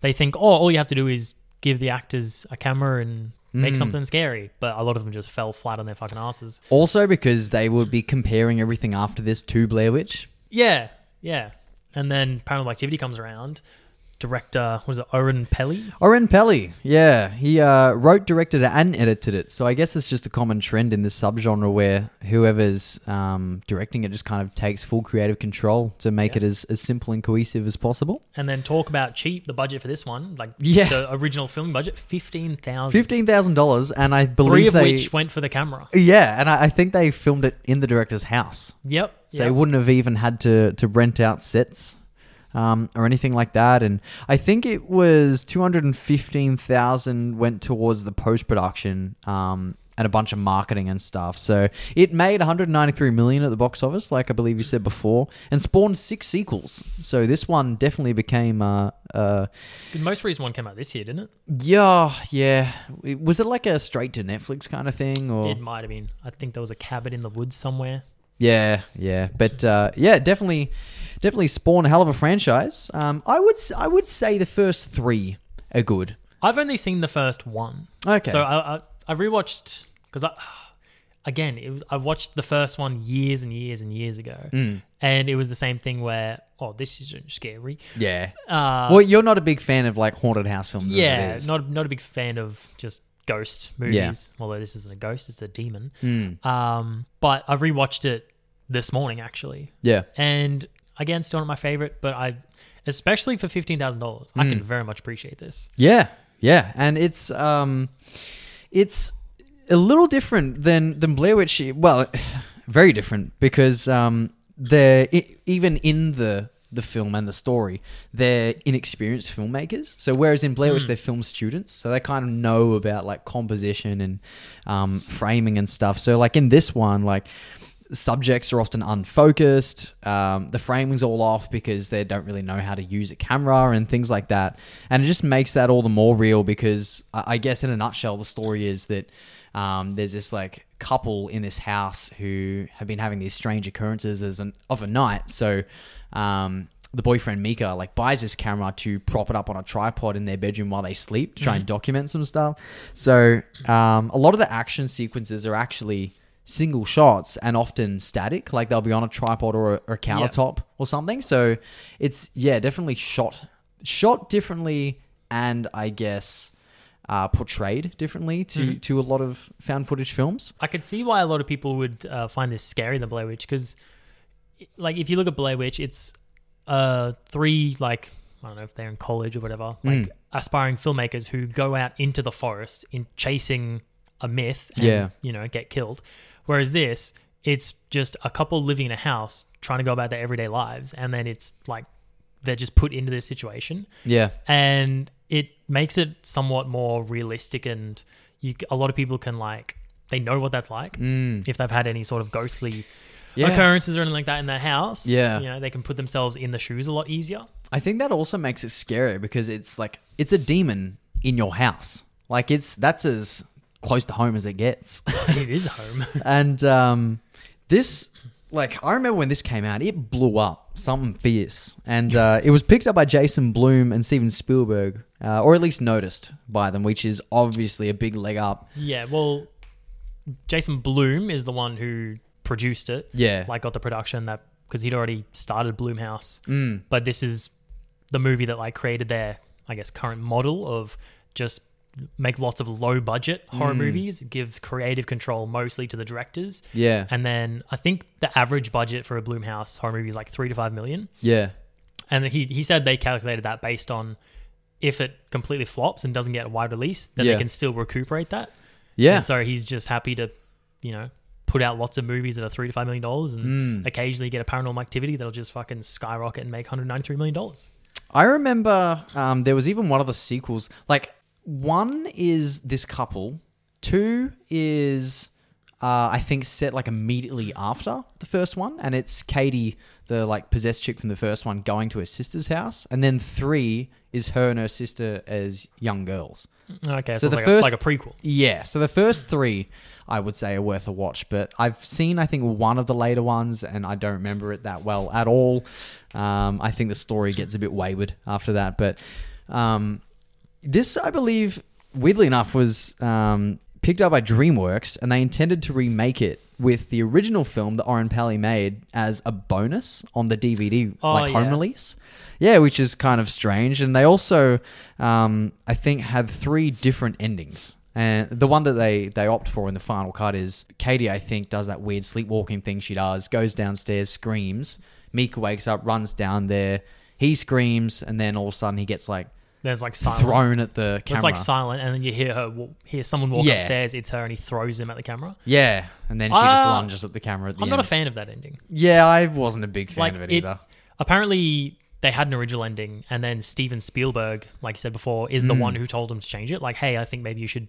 S2: they think oh all you have to do is give the actors a camera and
S1: Mm.
S2: make something scary, but a lot of them just fell flat on their fucking asses.
S1: Also, because they would be comparing everything after this to Blair Witch.
S2: Yeah, yeah. And then Paranormal Activity comes around, director was it Oren Pelly?
S1: Oren Pelly, yeah, he uh, wrote, directed, it, and edited it. So I guess it's just a common trend in this subgenre where whoever's um, directing it just kind of takes full creative control to make
S2: Yeah.
S1: it as, as simple and cohesive as possible.
S2: And then talk about cheap the budget for this one, like
S1: Yeah.
S2: the original film budget fifteen thousand.
S1: Fifteen thousand dollars, and I believe
S2: Three of
S1: they,
S2: which went for the camera.
S1: yeah, and I, I think they filmed it in the director's house.
S2: Yep.
S1: So
S2: yep.
S1: they wouldn't have even had to, to rent out sets um, or anything like that. And I think it was 215,000 went towards the post production um, and a bunch of marketing and stuff. So it made 193 million at the box office, like I believe you said before, and spawned six sequels. So this one definitely became uh, uh,
S2: the most recent one came out this year, didn't it?
S1: yeah, yeah. It- Was it like a straight to Netflix kind of thing or
S2: It might have been. I think there was a cabin in the woods somewhere.
S1: Yeah, yeah, but uh, yeah, definitely, definitely spawn a hell of a franchise. Um, I would, s- I would say the first three are good.
S2: I've only seen the first one.
S1: Okay.
S2: So uh, I I, I rewatched because I again it was, I watched the first one years and years and years ago,
S1: Mm.
S2: and it was the same thing where oh this isn't scary.
S1: Yeah.
S2: Uh,
S1: well, you're not a big fan of like haunted house films.
S2: yeah,
S1: as it is.
S2: not not a big fan of just ghost movies. Although this isn't a ghost, it's a demon.
S1: Hmm.
S2: Um, but I rewatched it this morning actually,
S1: yeah,
S2: and again, still not my favorite. But I, especially for fifteen thousand dollars, I
S1: Hmm.
S2: can very much appreciate this.
S1: yeah, yeah, and it's um, it's a little different than than Blair Witch. Well, very different because um, they're e- even in the the film and the story, they're inexperienced filmmakers. So whereas in Blair Witch they're film students, so they kind of know about like composition and um, framing and stuff. So like in this one, like subjects are often unfocused, um, the framing's all off because they don't really know how to use a camera and things like that. And it just makes that all the more real because I, I guess in a nutshell the story is that um, there's this like couple in this house who have been having these strange occurrences as an of a night. So um, the boyfriend Mika like buys this camera to prop it up on a tripod in their bedroom while they sleep to try and document some stuff. So um, a lot of the action sequences are actually single shots and often static like they'll be on a tripod or a, or a countertop or something so it's yeah definitely shot shot differently and i guess uh, portrayed differently to to a lot of found footage films.
S2: I could see why a lot of people would uh, find this scary than Blair Witch because, like, if you look at Blair Witch, it's uh, three like I don't know if they're in college or whatever, like aspiring filmmakers who go out into the forest in chasing a myth and
S1: Yeah.
S2: you know get killed. Whereas this, it's just a couple living in a house trying to go about their everyday lives, and then it's like they're just put into this situation
S1: Yeah,
S2: and it makes it somewhat more realistic and you a lot of people can like they know what that's like if they've had any sort of
S1: Mm.
S2: ghostly
S1: Yeah.
S2: occurrences or anything like that in their house
S1: Yeah.
S2: you know they can put themselves in the shoes a lot easier
S1: I think that also makes it scary because it's like it's a demon in your house. Like it's that's as close to home as it gets.
S2: it is home
S1: and um, this, like, I remember when this came out, it blew up something fierce, and uh, it was picked up by Jason Bloom and Steven Spielberg, uh, or at least noticed by them, which is obviously a big leg up.
S2: yeah well jason bloom is the one who produced it
S1: Yeah.
S2: like got the production that because he'd already started bloomhouse mm. but this is the movie that like created their i guess current model of just make lots of low budget
S1: Hmm.
S2: horror movies give creative control mostly to the directors
S1: Yeah,
S2: and then i think the average budget for a bloomhouse horror movie is like three to five million
S1: yeah,
S2: and he, he said they calculated that based on if it completely flops and doesn't get a wide release then
S1: Yeah.
S2: they can still recuperate that
S1: yeah.
S2: and so he's just happy to, you know, put out lots of movies that are three to five million dollars
S1: Hmm.
S2: and occasionally get a paranormal activity that'll just fucking skyrocket and make hundred ninety three million dollars.
S1: I remember um, there was even one of the sequels. Like one is this couple, two is uh, I think set like immediately after the first one, and it's Katie, the like possessed chick from the first one, going to her sister's house, and then three is her and her sister as young girls.
S2: Okay, so,
S1: So
S2: it's
S1: the
S2: like,
S1: first-
S2: a, like a prequel.
S1: Yeah, so the first three I would say are worth a watch, but I've seen I think one of the later ones and I don't remember it that well at all. Um, I think the story gets a bit wayward after that, but um, this I believe, weirdly enough, was um, picked up by DreamWorks and they intended to remake it with the original film that Oren Pally made as a bonus on the DVD
S2: Oh,
S1: like home
S2: yeah.
S1: release. Yeah, which is kind of strange. And they also, um, I think, had three different endings. And the one that they, they opt for in the final cut is Katie, I think, does that weird sleepwalking thing she does, goes downstairs, screams. Mika wakes up, runs down there. He screams, and then all of a sudden he gets like
S2: There's like silent.
S1: thrown at the camera.
S2: It's like silent, and then you hear her wa- hear someone walk
S1: Yeah.
S2: upstairs. It's her, and he throws him at the camera.
S1: yeah, and then she just
S2: Uh,
S1: lunges at the camera. At the
S2: I'm not a
S1: end.
S2: fan of that ending.
S1: Yeah, I wasn't a big fan
S2: like
S1: of it,
S2: it,
S1: either.
S2: apparently they had an original ending, and then Steven Spielberg, like I said before, is the
S1: Hmm.
S2: one who told them to change it. Like, hey, I think maybe you should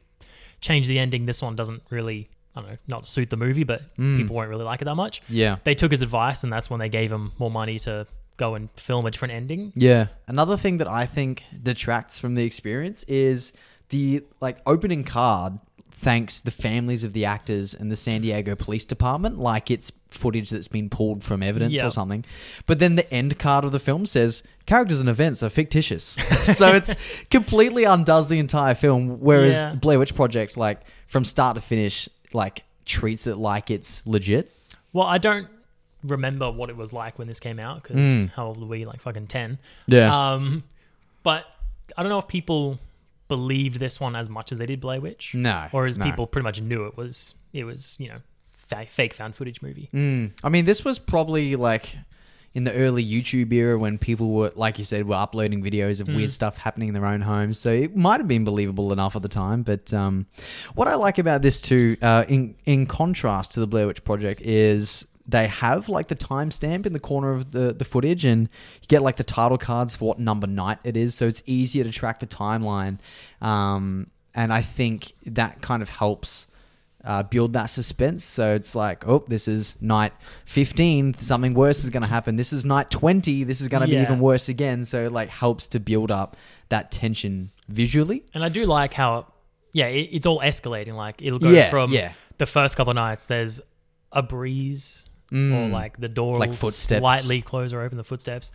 S2: change the ending. This one doesn't really, I don't know, not suit the movie, but
S1: Hmm.
S2: people won't really like it that much.
S1: Yeah.
S2: They took his advice, and that's when they gave him more money to go and film a different ending.
S1: Yeah. Another thing that I think detracts from the experience is the like opening card thanks the families of the actors and the San Diego Police Department like it's footage that's been pulled from evidence
S2: Yeah.
S1: or something. But then the end card of the film says characters and events are fictitious. so it's completely undoes the entire film whereas
S2: Yeah.
S1: the Blair Witch Project like from start to finish like treats it like it's legit.
S2: Well, I don't remember what it was like when this came out because how old were we? Like fucking ten.
S1: Hmm. Yeah.
S2: Um, but I don't know if people believed this one as much as they did Blair Witch.
S1: No,
S2: or as
S1: no.
S2: people pretty much knew it was it was you know fa- fake found footage movie.
S1: Mm. I mean, this was probably like in the early YouTube era when people were, like you said, were uploading videos of weird stuff happening in their own homes. So it might have been believable enough at the time. But um, what I like about this too, uh, in in contrast to the Blair Witch Project, is they have like the timestamp in the corner of the, the footage and you get like the title cards for what number night it is so it's easier to track the timeline um, and i think that kind of helps uh, build that suspense. So it's like, oh, this is night 15. Something worse is going to happen. This is night 20. This is going to
S2: Yeah.
S1: be even worse again. So it like helps to build up that tension visually.
S2: And I do like how yeah it, it's all escalating. Like it'll go
S1: Yeah,
S2: from
S1: yeah.
S2: the first couple of nights there's a breeze or like the door
S1: Mm. Like
S2: will
S1: footsteps.
S2: slightly close or open the footsteps.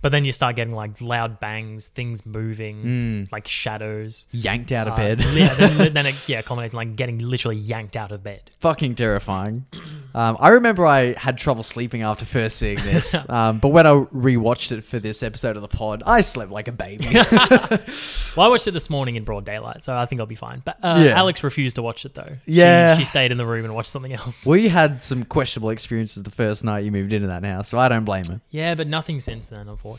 S2: But then you start getting like loud bangs, things moving, like shadows.
S1: Yanked Mm. out of
S2: Uh,
S1: bed.
S2: yeah, then, then it yeah, culminates in, like getting literally yanked out of bed.
S1: Fucking terrifying. Um, I remember I had trouble sleeping after first seeing this, um, but when I rewatched it for this episode of the pod, I slept like a baby.
S2: Well, I watched it this morning in broad daylight, so I think I'll be fine. But uh,
S1: Yeah.
S2: Alex refused to watch it though. She-
S1: Yeah.
S2: she, stayed in the room and watched something else.
S1: we had some questionable experiences the first night you moved into that house, so I don't blame her.
S2: Yeah, but nothing since then, unfortunately.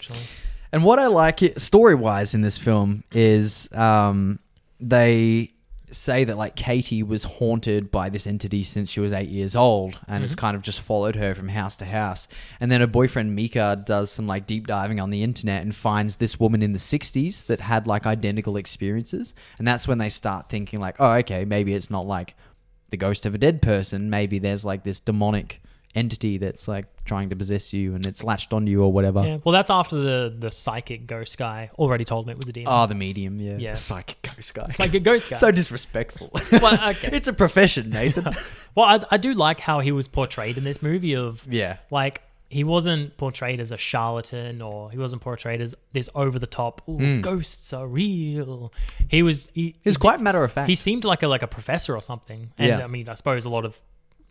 S1: And what I like it story wise in this film is um, they say that like Katie was haunted by this entity since she was eight years old, and it's kind of just followed her from house to house. And then her boyfriend Mika does some like deep diving on the internet and finds this woman in the '60s that had like identical experiences, and that's when they start thinking like, oh, okay, maybe it's not like the ghost of a dead person. Maybe there's like this demonic entity that's like trying to possess you and it's latched onto you or whatever.
S2: Yeah. Well, that's after the the psychic ghost guy already told me it was a demon.
S1: Oh, the medium, yeah.
S2: Yeah.
S1: The psychic ghost guy.
S2: it's like a ghost guy.
S1: so disrespectful.
S2: well, okay.
S1: it's a profession, Nathan.
S2: well, I, I do like how he was portrayed in this movie. Of
S1: yeah.
S2: like he wasn't portrayed as a charlatan or he wasn't portrayed as this over the top. Ooh, Ghosts are real. He was. He,
S1: It's Hmm. quite matter of fact.
S2: he seemed like a like a professor or something. And
S1: Yeah.
S2: I mean, I suppose a lot of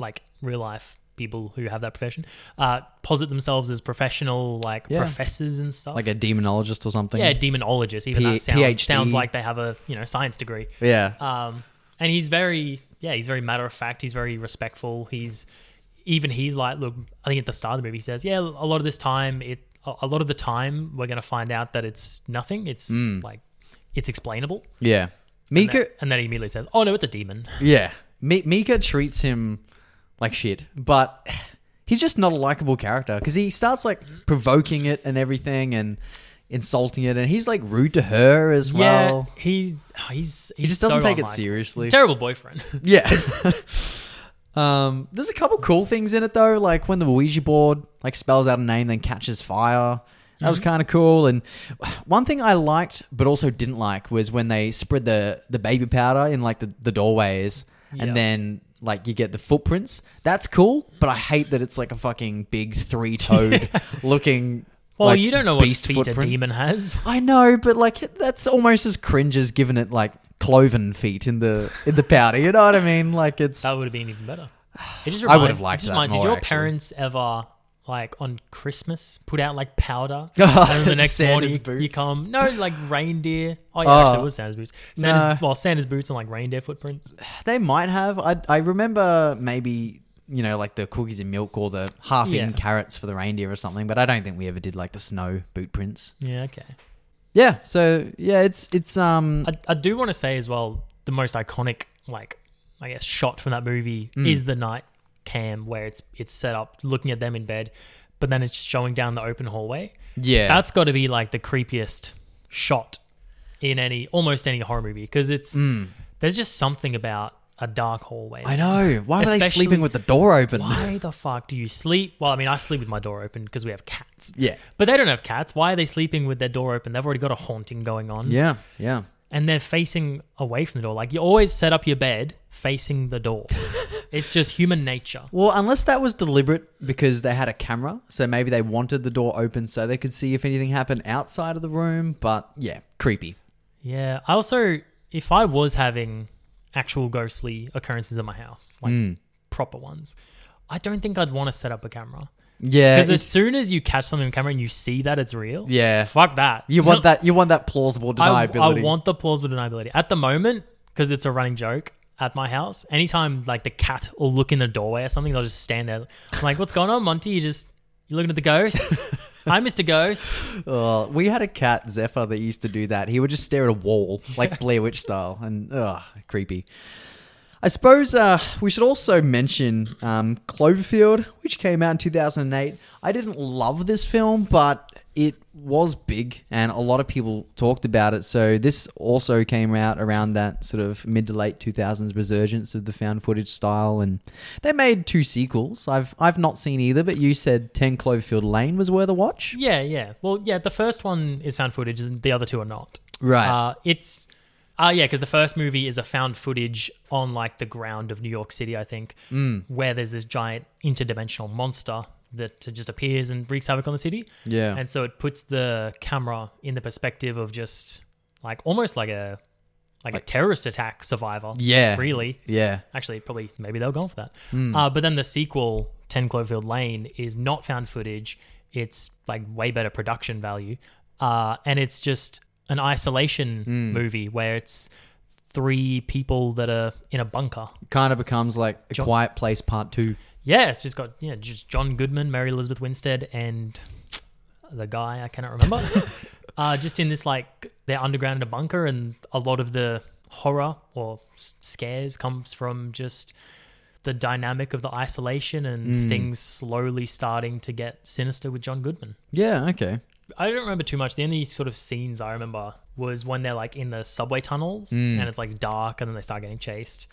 S2: like real life people who have that profession uh, posit themselves as professional like
S1: Yeah.
S2: professors and stuff.
S1: like a demonologist or something.
S2: yeah, demonologist. Even
S1: P-
S2: that sounds,
S1: PhD.
S2: sounds like they have a you know science degree.
S1: Yeah.
S2: Um, and he's very yeah, he's very matter of fact. He's very respectful. He's even he's like, look, I think at the start of the movie he says, yeah, a lot of this time it a a lot of the time we're gonna find out that it's nothing. It's
S1: Hmm.
S2: like it's explainable.
S1: yeah.
S2: And
S1: Mika.
S2: then- and then he immediately says, "Oh no, it's a demon."
S1: yeah. Mi- Mika treats him like shit, but he's just not a likable character because he starts like provoking it and everything and insulting it, and he's like rude to her as well.
S2: yeah, he oh, he's, he's
S1: just doesn't
S2: so
S1: take it
S2: unlikable. He's a
S1: seriously.
S2: terrible boyfriend.
S1: Yeah. um, there's a couple cool things in it though, like when the Ouija board like spells out a name then catches fire. That
S2: Mm-hmm.
S1: was kind of cool. And one thing I liked but also didn't like was when they spread the the baby powder in like the, the doorways
S2: Yeah.
S1: and then like you get the footprints. That's cool, but I hate that it's like a fucking big three-toed looking
S2: well,
S1: like,
S2: you don't know what
S1: beast
S2: feet a
S1: footprint.
S2: demon has.
S1: I know, but like that's almost as cringe as giving it like cloven feet in the in the powder. You know what I mean? Like it's
S2: That would have been even better. It just
S1: I would
S2: remind-
S1: have liked
S2: it just
S1: that
S2: remind- Did
S1: more,
S2: your
S1: actually.
S2: parents ever like on Christmas put out like powder?
S1: Oh,
S2: and then the next
S1: Santa's
S2: morning you- you
S1: boots.
S2: come no like reindeer. Oh yeah, actually it
S1: Oh.
S2: was Santa's boots. Santa's,
S1: No.
S2: Well, Santa's boots and like reindeer footprints.
S1: They might have. I I remember maybe you know like the cookies and milk or the half eaten
S2: Yeah.
S1: carrots for the reindeer or something. But I don't think we ever did like the snow boot prints.
S2: Yeah, okay.
S1: Yeah. So yeah, it's it's um
S2: I, I do want to say as well the most iconic like I guess shot from that movie
S1: Mm.
S2: is the night cam where it's it's set up looking at them in bed, but then it's showing down the open hallway.
S1: yeah
S2: That's got to be like the creepiest shot in any almost any horror movie because it's there's just something about a dark hallway.
S1: Hmm. I know. Why were they
S2: Especially-
S1: sleeping with the door open?
S2: Why the fuck do you sleep? Well, I mean, I sleep with my door open because we have cats.
S1: Yeah.
S2: But they don't have cats. Why are they sleeping with their door open? They've already got a haunting going on.
S1: Yeah. Yeah.
S2: And they're facing away from the door. Like you always set up your bed facing the door. it's just human nature.
S1: Well, unless that was deliberate because they had a camera, so maybe they wanted the door open so they could see if anything happened outside of the room. But yeah, creepy.
S2: Yeah. I also, if I was having actual ghostly occurrences in my house, like
S1: Mm.
S2: proper ones, I don't think I'd want to set up a camera.
S1: Yeah.
S2: Because as
S1: it's-
S2: soon as you catch something on camera and you see that it's real,
S1: Yeah.
S2: fuck that.
S1: You want that? You want that plausible
S2: I,
S1: deniability?
S2: I want the plausible deniability. At the moment, because it's a running joke at my house, anytime like the cat will look in the doorway or something, they'll just stand there. I'm like, what's going on, Monty? You just you looking at the ghosts? Hi, Mr. Ghost.
S1: Oh, we had a cat, Zephyr, that used to do that. He would just stare at a wall, like Blair Witch style, and ugh, creepy. I suppose uh, we should also mention um, Cloverfield, which came out in 2008. I didn't love this film, but it was big, and a lot of people talked about it. So this also came out around that sort of mid to late 2000s resurgence of the found footage style, and they made two sequels. I've I've not seen either, but you said 10 Cloverfield Lane was worth a watch,
S2: Yeah, yeah. Well, yeah. The first one is found footage, and the other two are not.
S1: right?
S2: Uh, it's uh, yeah, because the first movie is a found footage on like the ground of New York City, I think,
S1: Hmm.
S2: where there's this giant interdimensional monster that uh, just appears and wreaks havoc on the city.
S1: yeah,
S2: And so it puts the camera in the perspective of just like almost like a like, a terrorist attack survivor.
S1: Yeah.
S2: Really.
S1: Yeah.
S2: Actually, probably maybe they were going for that. Uh, but then the sequel, Ten Cloverfield Lane, is not found footage. It's like way better production value, uh, and it's just an isolation movie where it's three people that are in a bunker.
S1: Kind of becomes like a
S2: Jo-
S1: quiet place part two.
S2: Yeah, it's just got yeah, just John Goodman, Mary Elizabeth Winstead, and the guy I cannot remember. uh, just in this like they're underground in a bunker, and a lot of the horror or s- scares comes from just the dynamic of the isolation and things slowly starting to get sinister with John Goodman.
S1: Yeah, okay.
S2: I don't remember too much. The only sort of scenes I remember was when they're like in the subway tunnels
S1: Mm.
S2: and it's like dark and then they start getting chased.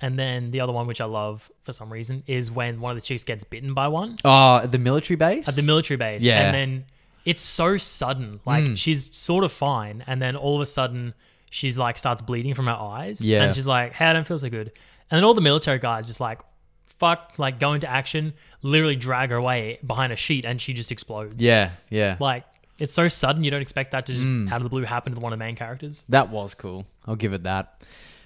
S2: And then the other one, which I love for some reason, is when one of the chiefs gets bitten by one
S1: Oh, at the military base?
S2: at the military base.
S1: Yeah. Mm.
S2: And then it's so sudden. Like she's sort of fine. And then all of a sudden she's like starts bleeding from her eyes.
S1: Yeah.
S2: And she's like, hey, I don't feel so good. And then all the military guys just like, fuck, like go into action, literally drag her away behind a sheet and she just explodes.
S1: yeah, yeah.
S2: Like it's so sudden, you don't expect that to just
S1: Mm.
S2: out of the blue happen to one of the main characters.
S1: that was cool. I'll give it that.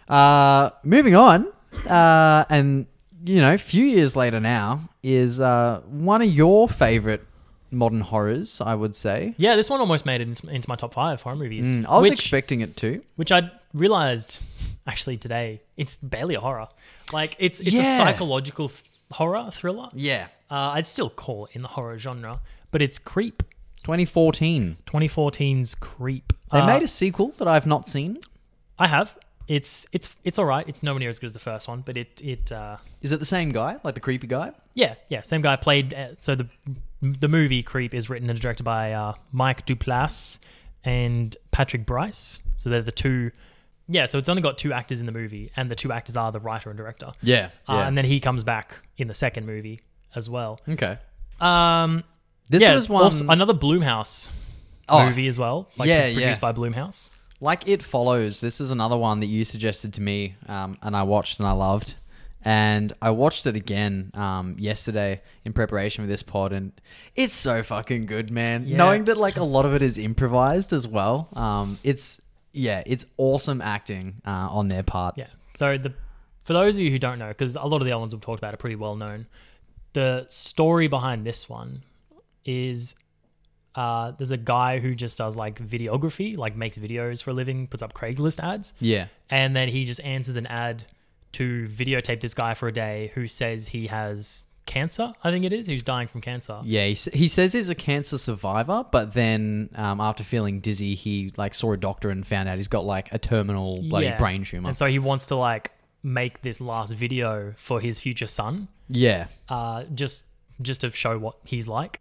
S1: Uh, moving on, uh, and, you know, a few years later now is uh, one of your favorite modern horrors, I would say.
S2: Yeah, this one almost made it into, into my top five horror movies,
S1: Mm, I was
S2: which
S1: expecting it to.
S2: which I realized actually today it's barely a horror. Like it's it's
S1: Yeah.
S2: a psychological th- horror thriller.
S1: Yeah.
S2: Uh, I'd still call it in the horror genre, but it's Creep.
S1: 2014.
S2: 2014's Creep.
S1: They
S2: Uh,
S1: made a sequel that I've not seen.
S2: I have. It's it's it's all right. It's nowhere near as good as the first one, but it it uh,
S1: Is it the same guy? Like the creepy guy?
S2: Yeah, yeah, same guy played. Uh, so the the movie Creep is written and directed by uh, Mike Duplass and Patrick Bryce. So they're the two. Yeah, so it's only got two actors in the movie, and the two actors are the writer and director.
S1: Yeah.
S2: Uh, and then he comes back in the second movie as well.
S1: okay.
S2: Um,
S1: This
S2: yeah,
S1: was one.
S2: also another Bloomhouse
S1: Oh,
S2: movie as well. Like
S1: yeah,
S2: pro- produced
S1: yeah.
S2: by Bloomhouse.
S1: Like it follows. This is another one that you suggested to me, um, and I watched and I loved, and I watched it again um, yesterday in preparation for this pod, and it's so fucking good, man.
S2: Yeah.
S1: Knowing that like a lot of it is improvised as well, um, it's yeah, it's awesome acting uh, on their part.
S2: Yeah. So the For those of you who don't know, because a lot of the other ones we've talked about are pretty well known, the story behind this one is uh, there's a guy who just does like videography, like makes videos for a living, puts up Craigslist ads,
S1: Yeah.
S2: and then he just answers an ad to videotape this guy for a day who says he has cancer. I think it is who's dying from cancer.
S1: Yeah, he, s- he says he's a cancer survivor, but then um, after feeling dizzy, he like saw a doctor and found out he's got like a terminal bloody
S2: Yeah.
S1: brain tumor.
S2: And so he wants to like make this last video for his future son,
S1: yeah,
S2: uh, just just to show what he's like.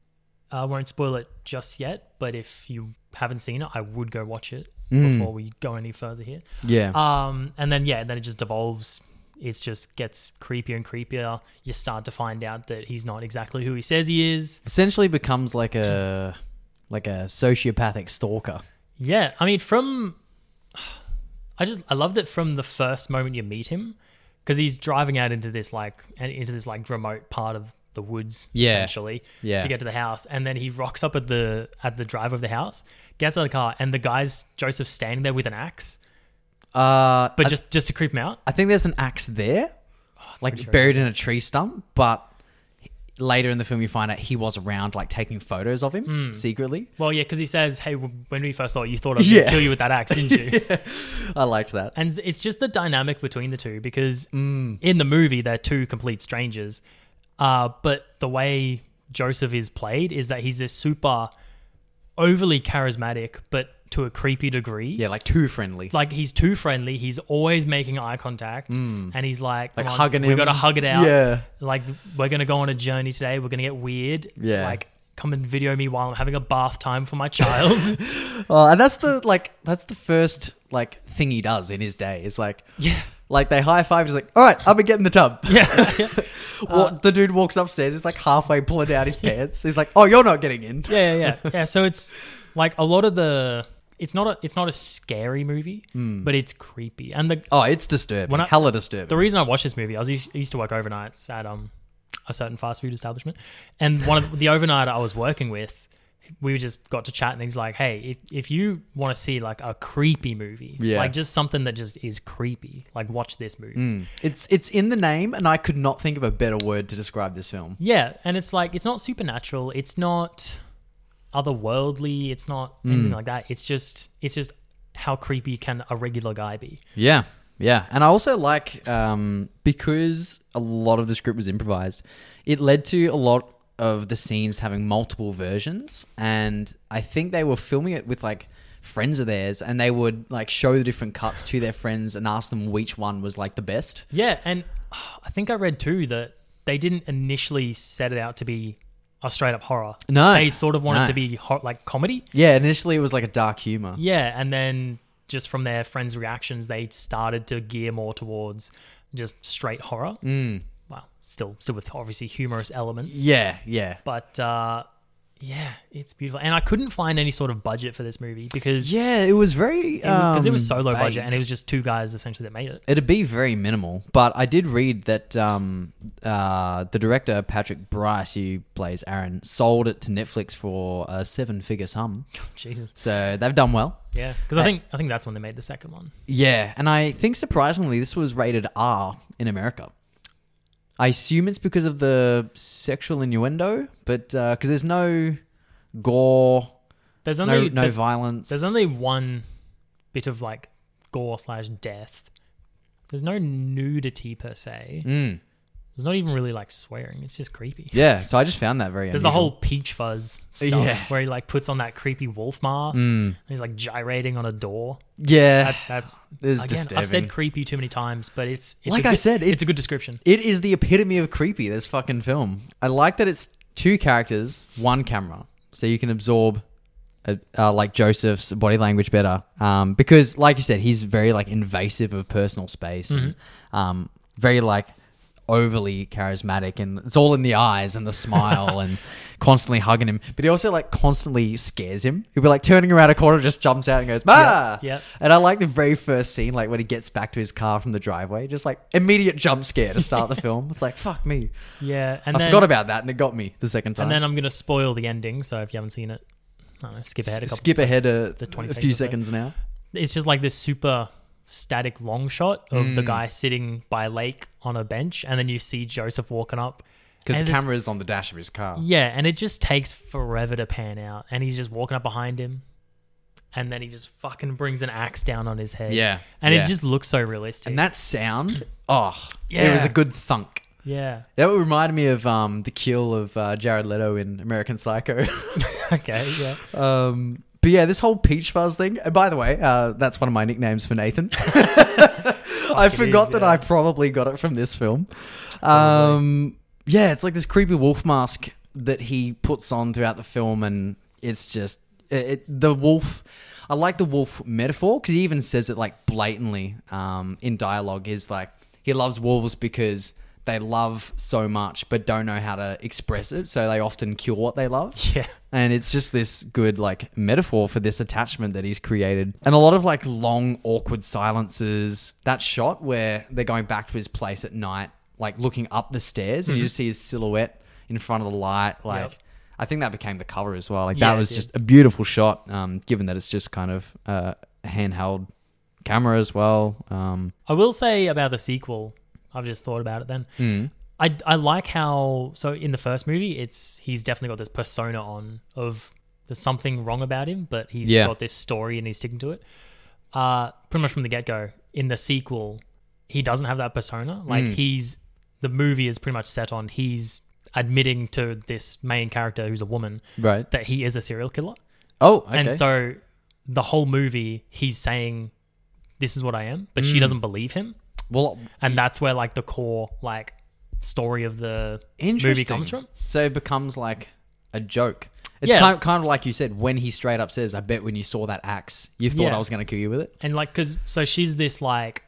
S2: I won't spoil it just yet, but if you haven't seen it, I would go watch it before we go any further here.
S1: yeah,
S2: Um, and then yeah, then it just devolves. It just gets creepier and creepier. You start to find out that he's not exactly who he says he is.
S1: essentially becomes like a like a sociopathic stalker.
S2: Yeah, I mean, from I just I love that from the first moment you meet him, because he's driving out into this like and into this like remote part of the woods,
S1: Yeah.
S2: essentially,
S1: Yeah.
S2: to get to the house, and then he rocks up at the at the drive of the house, gets out of the car, and the guy's Joseph standing there with an axe,
S1: Uh, Oh,
S2: but
S1: I-
S2: just just to creep him out.
S1: I think there's an axe there, like
S2: pretty sure
S1: buried in a tree stump. But he- later in the film, you find out he was around, like taking photos of him secretly.
S2: Well, yeah, because he says, "Hey, w- when we first saw it, you thought I was
S1: Yeah.
S2: gonna kill you with that axe, didn't you?"
S1: I liked that.
S2: And it's just the dynamic between the two because
S1: Mm.
S2: in the movie they're two complete strangers. Uh, but the way Joseph is played is that he's this super overly charismatic, but to a creepy degree.
S1: Yeah, like too friendly.
S2: Like he's too friendly. He's always making eye contact, and he's like,
S1: Mm. Like
S2: "Come on,
S1: hugging
S2: We
S1: him."
S2: gotta hug it out.
S1: Yeah.
S2: Like we're gonna go on a journey today. We're gonna get weird.
S1: Yeah.
S2: Like come and video me while I'm having a bath time for my child.
S1: Oh, and that's the like that's the first like thing he does in his day. Is like
S2: yeah.
S1: like they high five. He's like, all right, I'm gonna get in the tub. Uh,
S2: Yeah.
S1: Wa- the dude walks upstairs. He's like halfway pulling out his pants. He's like, oh, you're not getting in.
S2: yeah, yeah, yeah. yeah. So it's like a lot of the. It's not a. It's not a scary movie, but it's creepy. And the
S1: Oh, it's disturbing.
S2: When I-
S1: Hella disturbing.
S2: the reason I watched this movie, I was used, I used to work overnights at um a certain fast food establishment, and one of the overnight I was working with, we just got to chat, and he's like, "Hey, if if you want to see like a creepy movie,
S1: Yeah.
S2: like just something that just is creepy, like watch this movie."
S1: Mm. It's it's in the name, and I could not think of a better word to describe this film.
S2: Yeah, and it's like it's not supernatural, it's not otherworldly, it's not anything like that. It's just it's just how creepy can a regular guy be?
S1: Yeah, yeah, and I also like um, because a lot of the script was improvised. It led to a lot of the scenes having multiple versions, and I think they were filming it with like friends of theirs, and they would like show the different cuts to their friends and ask them which one was like the best.
S2: Yeah, and uh, I think I read too that they didn't initially set it out to be a straight up horror.
S1: No,
S2: They sort of wanted
S1: no.
S2: to be hor- like comedy.
S1: Yeah, initially it was like a dark humor.
S2: Yeah, and then just from their friends' reactions, they started to gear more towards just straight horror. Mm. Well, still still with obviously humorous elements.
S1: Yeah, yeah,
S2: But uh, yeah, it's beautiful. And I couldn't find any sort of budget for this movie because
S1: yeah. It was very
S2: because it, was so
S1: um,
S2: low
S1: vague.
S2: budget and it was just two guys essentially that made it.
S1: It'd be very minimal, but I did read that um, uh, the director Patrick Bryce, who plays Aaron, sold it to Netflix for a seven-figure sum.
S2: Oh, Jesus.
S1: So they've done well.
S2: Yeah, because I think I think that's when they made the second one.
S1: Yeah, and I think surprisingly, this was rated R in America. I assume it's because of the sexual innuendo, but because there's no gore,
S2: There's
S1: no
S2: only
S1: no
S2: there's,
S1: violence.
S2: there's only one bit of like gore slash death. There's no nudity per se.
S1: Mm,
S2: There's not even really like swearing. It's just creepy.
S1: yeah, so I just found that very.
S2: There's
S1: unusual.
S2: the whole peach fuzz stuff
S1: Yeah. Mm.
S2: where he like puts on that creepy wolf mask and he's like gyrating on a door.
S1: yeah.
S2: That's that's
S1: It's
S2: again. I've
S1: disturbing.
S2: said creepy too many times, but it's, it's a
S1: Like I
S2: good-
S1: said,
S2: it's,
S1: it's-
S2: a good description.
S1: It is the epitome of creepy, this fucking film. I like that it's two characters, one camera. So you can absorb, uh, uh, like, Joseph's body language better. Um, because, like you said, he's very, like, invasive of personal space. And,
S2: Mm-hmm.
S1: um, very, like, overly charismatic. And it's all in the eyes and the smile and constantly hugging him. But he also, like, constantly scares him. He'll be, like, turning around a corner, just jumps out and goes, ah!
S2: yep.
S1: And I like the very first scene, like when he gets back to his car from the driveway, just like immediate jump scare to start the film. It's like fuck me,
S2: Yeah, and
S1: I
S2: then
S1: forgot about that, and it got me the second time.
S2: and then I'm gonna spoil the ending. So if you haven't seen it, I don't know, skip ahead a
S1: S-
S2: couple.
S1: skip ahead a,
S2: the 20
S1: a few
S2: seconds
S1: seconds now.
S2: It's just like this super static long shot of
S1: Hmm.
S2: the guy sitting by a lake on a bench, and then you see Joseph walking up.
S1: because
S2: and
S1: the
S2: this-
S1: camera is on the dash of his car.
S2: Yeah, and it just takes forever to pan out, and he's just walking up behind him, and then he just fucking brings an axe down on his head.
S1: Yeah,
S2: and
S1: yeah.
S2: it just looks so realistic.
S1: And that sound, oh, it was
S2: Yeah.
S1: a good thunk.
S2: yeah.
S1: That would remind me of um, the kill of uh, Jared Leto in American Psycho.
S2: Okay. Yeah.
S1: um, but yeah, this whole peach fuzz thing. And by the way, uh, that's one of my nicknames for Nathan. I
S2: it
S1: forgot
S2: is,
S1: that
S2: yeah.
S1: I probably got it from this film. Um, yeah, it's like this creepy wolf mask that he puts on throughout the film, and it's just it, it, the wolf. I like the wolf metaphor because he even says it like blatantly um, in dialogue. Is like he loves wolves because they love so much but don't know how to express it, so they often kill what they love.
S2: Yeah.
S1: And it's just this good like metaphor for this attachment that he's created. And a lot of like long awkward silences. That shot where they're going back to his place at night, like looking up the stairs and you just see his silhouette in front of the light like
S2: Mm-hmm. Yep.
S1: I think that became the cover as well. Like
S2: Yeah,
S1: that
S2: it
S1: was
S2: did.
S1: just a beautiful shot um given that it's just kind of uh handheld camera as well. Um
S2: I will say about the sequel. I've just thought about it. Then
S1: Hmm.
S2: I I like how so in the first movie it's he's definitely got this persona on of there's something wrong about him, but he's
S1: Yeah.
S2: got this story and he's sticking to it. Uh, pretty much from the get go. In the sequel, he doesn't have that persona. Like
S1: Hmm.
S2: he's the movie is pretty much set on he's admitting to this main character who's a woman
S1: right.
S2: that he is a serial killer.
S1: Oh, okay.
S2: And so the whole movie, he's saying, "This is what I am," but
S1: Hmm.
S2: she doesn't believe him,
S1: well,
S2: and that's where like the core like story of the
S1: interesting.
S2: movie comes from.
S1: So it becomes like a joke. It's
S2: Yeah.
S1: kind, kind of like you said when he straight up says, "I bet when you saw that axe, you thought
S2: Yeah.
S1: I was going to kill you with it."
S2: And like, cause so she's this like,